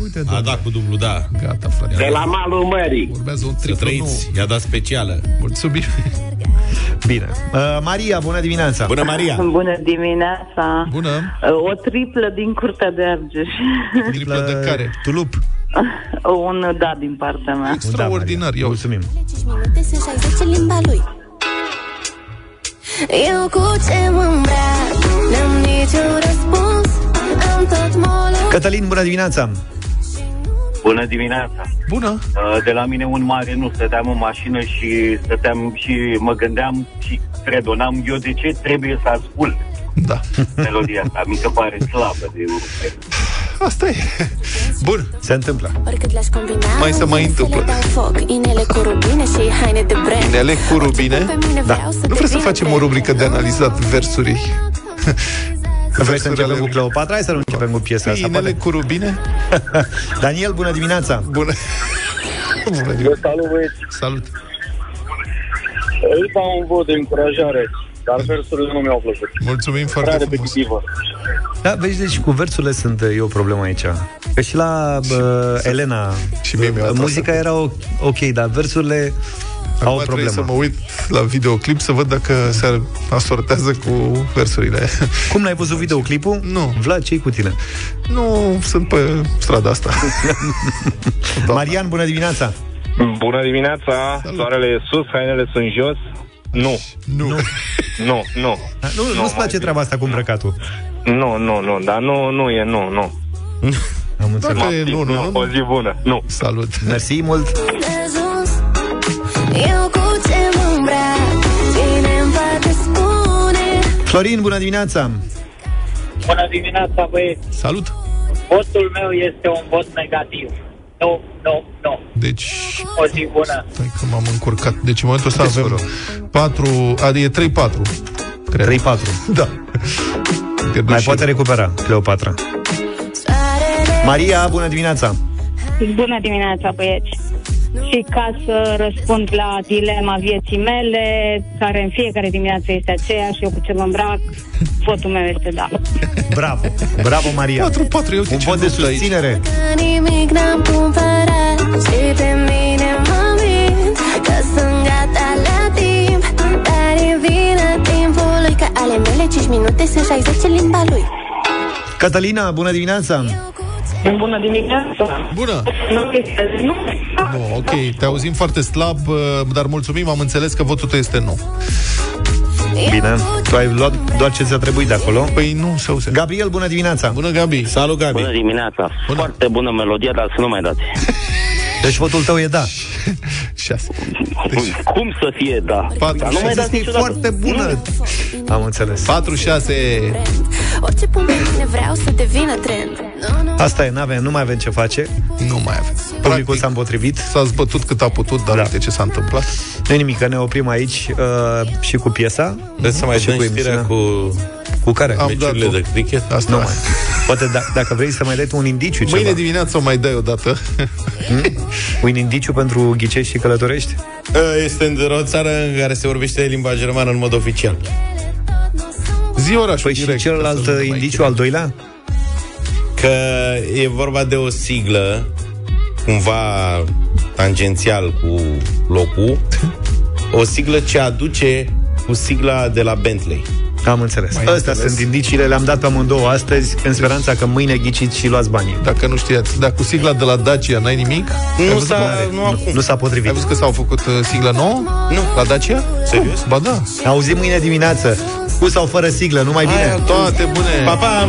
Speaker 4: Uite, A dat cu dublu da!
Speaker 3: Gata, frate!
Speaker 13: De la malul mării!
Speaker 3: Urmează un triplu
Speaker 4: trăiți, i-a dat specială!
Speaker 3: Mulțumim!
Speaker 2: Bine. Uh, Maria, bună dimineața!
Speaker 4: Bună, Maria!
Speaker 14: Bună dimineața!
Speaker 3: Da. Bună!
Speaker 14: Uh, o triplă din Curtea de Argeș.
Speaker 3: O triplă de care?
Speaker 2: Uh, Tulup!
Speaker 14: Un da din partea mea.
Speaker 3: Extraordinar, da, eu
Speaker 2: mulțumim.
Speaker 5: Eu cu ce mă îmbrac, n-am niciun răspuns, am tot molă.
Speaker 2: Cătălin, bună dimineața!
Speaker 6: Bună dimineața!
Speaker 3: Bună!
Speaker 6: De la mine un mare nu, stăteam în mașină și stăteam și mă gândeam și credonam eu de ce trebuie să ascult
Speaker 3: da.
Speaker 6: melodia asta. Mi se pare slabă de
Speaker 3: Asta e. Bun,
Speaker 2: se întâmplă.
Speaker 3: Mai se mai întâmplă.
Speaker 5: Inele cu rubine și haine de brand.
Speaker 3: Inele cu rubine?
Speaker 2: Da.
Speaker 3: Nu vrei să facem o rubrică de analizat versuri?
Speaker 2: Vrei să începem cu Cleopatra? Hai să nu începem cu piesa asta.
Speaker 3: Inele cu rubine?
Speaker 2: Daniel, bună dimineața!
Speaker 3: Bună!
Speaker 15: bună dimineața! Salut, băieți!
Speaker 3: Salut!
Speaker 15: Îi dau un vot de încurajare dar versurile nu mi-au plăcut.
Speaker 3: Mulțumim foarte Prea frumos.
Speaker 15: repetitivă.
Speaker 2: Da, vezi, deci cu versurile sunt eu o problemă aici. Că și la bă, uh, Elena,
Speaker 3: și mie mi-a
Speaker 2: muzica era ok, dar versurile Acum au o problemă.
Speaker 3: să mă uit la videoclip să văd dacă se asortează cu versurile.
Speaker 2: Cum n-ai văzut videoclipul?
Speaker 3: Nu.
Speaker 2: Vlad, ce cu tine?
Speaker 3: Nu, sunt pe strada asta.
Speaker 2: Marian, bună dimineața!
Speaker 16: Bună dimineața! Salut. Soarele e sus, hainele sunt jos, nu.
Speaker 3: Nu.
Speaker 16: Nu, nu.
Speaker 2: Da, nu, nu-ți place bine. Da. treaba asta cu îmbrăcatul.
Speaker 16: Nu, nu, nu, dar nu, nu e, nu, nu.
Speaker 2: Am înțeles.
Speaker 3: Dacă e, nu, nu, nu,
Speaker 16: O zi bună, nu.
Speaker 3: Salut.
Speaker 2: Mersi mult. Florin, bună dimineața!
Speaker 17: Bună dimineața, băieți!
Speaker 3: Salut!
Speaker 17: Votul meu este un vot negativ. Nu, nu, nu.
Speaker 3: Deci...
Speaker 17: O zi bună.
Speaker 3: Stai că m-am încurcat. Deci în momentul ăsta avem 4... Adică e 3-4.
Speaker 2: 3-4.
Speaker 3: Da.
Speaker 2: Te Mai poate recupera Cleopatra. Maria, bună dimineața!
Speaker 18: Bună dimineața, băieți! Și ca să răspund la dilema vieții mele, care în fiecare dimineață este aceeași, eu cu ce mă îmbrac, votul meu este da.
Speaker 2: Bravo! Bravo, Maria!
Speaker 3: 4, 4, eu
Speaker 2: Un vot de susținere! Aici.
Speaker 5: Nimic n-am cumpărat Și pe mine mă mint Că sunt gata la timp Dar e vina timpului Că ale mele 5 minute sunt 60 limba lui
Speaker 2: Catalina, bună dimineața!
Speaker 19: Bună dimineața!
Speaker 3: Bună!
Speaker 19: Nu, este, nu.
Speaker 3: Nu, ok, te auzim foarte slab, uh, dar mulțumim, am înțeles că votul tău este nu.
Speaker 2: Bine, tu ai luat doar ce ți-a trebuit de acolo
Speaker 3: Păi nu, se auze
Speaker 2: Gabriel, bună dimineața
Speaker 3: Bună, Gabi
Speaker 2: Salut, Gabi
Speaker 6: Bună dimineața bună. Foarte bună melodie, dar să nu mai dați
Speaker 2: Deci votul tău e da
Speaker 3: 6
Speaker 6: deci... Cum să fie da?
Speaker 3: 4,
Speaker 6: dar nu mai dați niciodată
Speaker 2: foarte bună mm. Am înțeles
Speaker 3: 4, 6
Speaker 5: Orice pun pe mine vreau să devină trend
Speaker 2: Asta e, n-avem, nu mai avem ce face
Speaker 3: Nu mai avem
Speaker 2: Publicul Practic, s-a împotrivit
Speaker 3: S-a zbătut cât a putut, dar da. uite ce s-a întâmplat
Speaker 2: Nu nimic, că ne oprim aici uh, și cu piesa
Speaker 4: Vreți să mai
Speaker 2: și
Speaker 4: dăm cu știrea cu...
Speaker 2: Cu care?
Speaker 4: Am meciurile
Speaker 3: dat-o.
Speaker 4: de cricket?
Speaker 3: Asta
Speaker 2: Nu mai. Poate da, dacă vrei să mai dai tu un indiciu
Speaker 3: Mâine
Speaker 2: ceva.
Speaker 3: dimineață o mai dai o dată.
Speaker 2: Un indiciu pentru ghicești și călătorești?
Speaker 4: Ă, Este într-o țară în care se vorbește limba germană în mod oficial.
Speaker 3: Zi orașul
Speaker 2: Păi
Speaker 3: direct,
Speaker 2: și celălalt
Speaker 3: ca să nu mai
Speaker 2: indiciu, al doilea?
Speaker 4: Că e vorba de o siglă cumva tangențial cu locul, o siglă ce aduce cu sigla de la Bentley.
Speaker 2: Am înțeles.
Speaker 3: Mai
Speaker 2: Astea
Speaker 3: înțeles.
Speaker 2: sunt indiciile, le-am dat pe amândouă astăzi, în speranța că mâine ghiciți și luați banii.
Speaker 3: Dacă nu știați, dar cu sigla de la Dacia n-ai nimic? Ai
Speaker 4: Nu
Speaker 2: da.
Speaker 3: văzut cum
Speaker 4: s-a,
Speaker 3: are?
Speaker 4: nu acum.
Speaker 2: Nu s-a potrivit.
Speaker 3: Ai văzut că s-au făcut uh, sigla nouă?
Speaker 4: Nu.
Speaker 3: La Dacia?
Speaker 4: Serios?
Speaker 3: Ba da.
Speaker 2: Ne auzim mâine dimineață. Cu sau fără siglă, numai bine. Aia,
Speaker 20: toate bune.
Speaker 4: Pa, pa!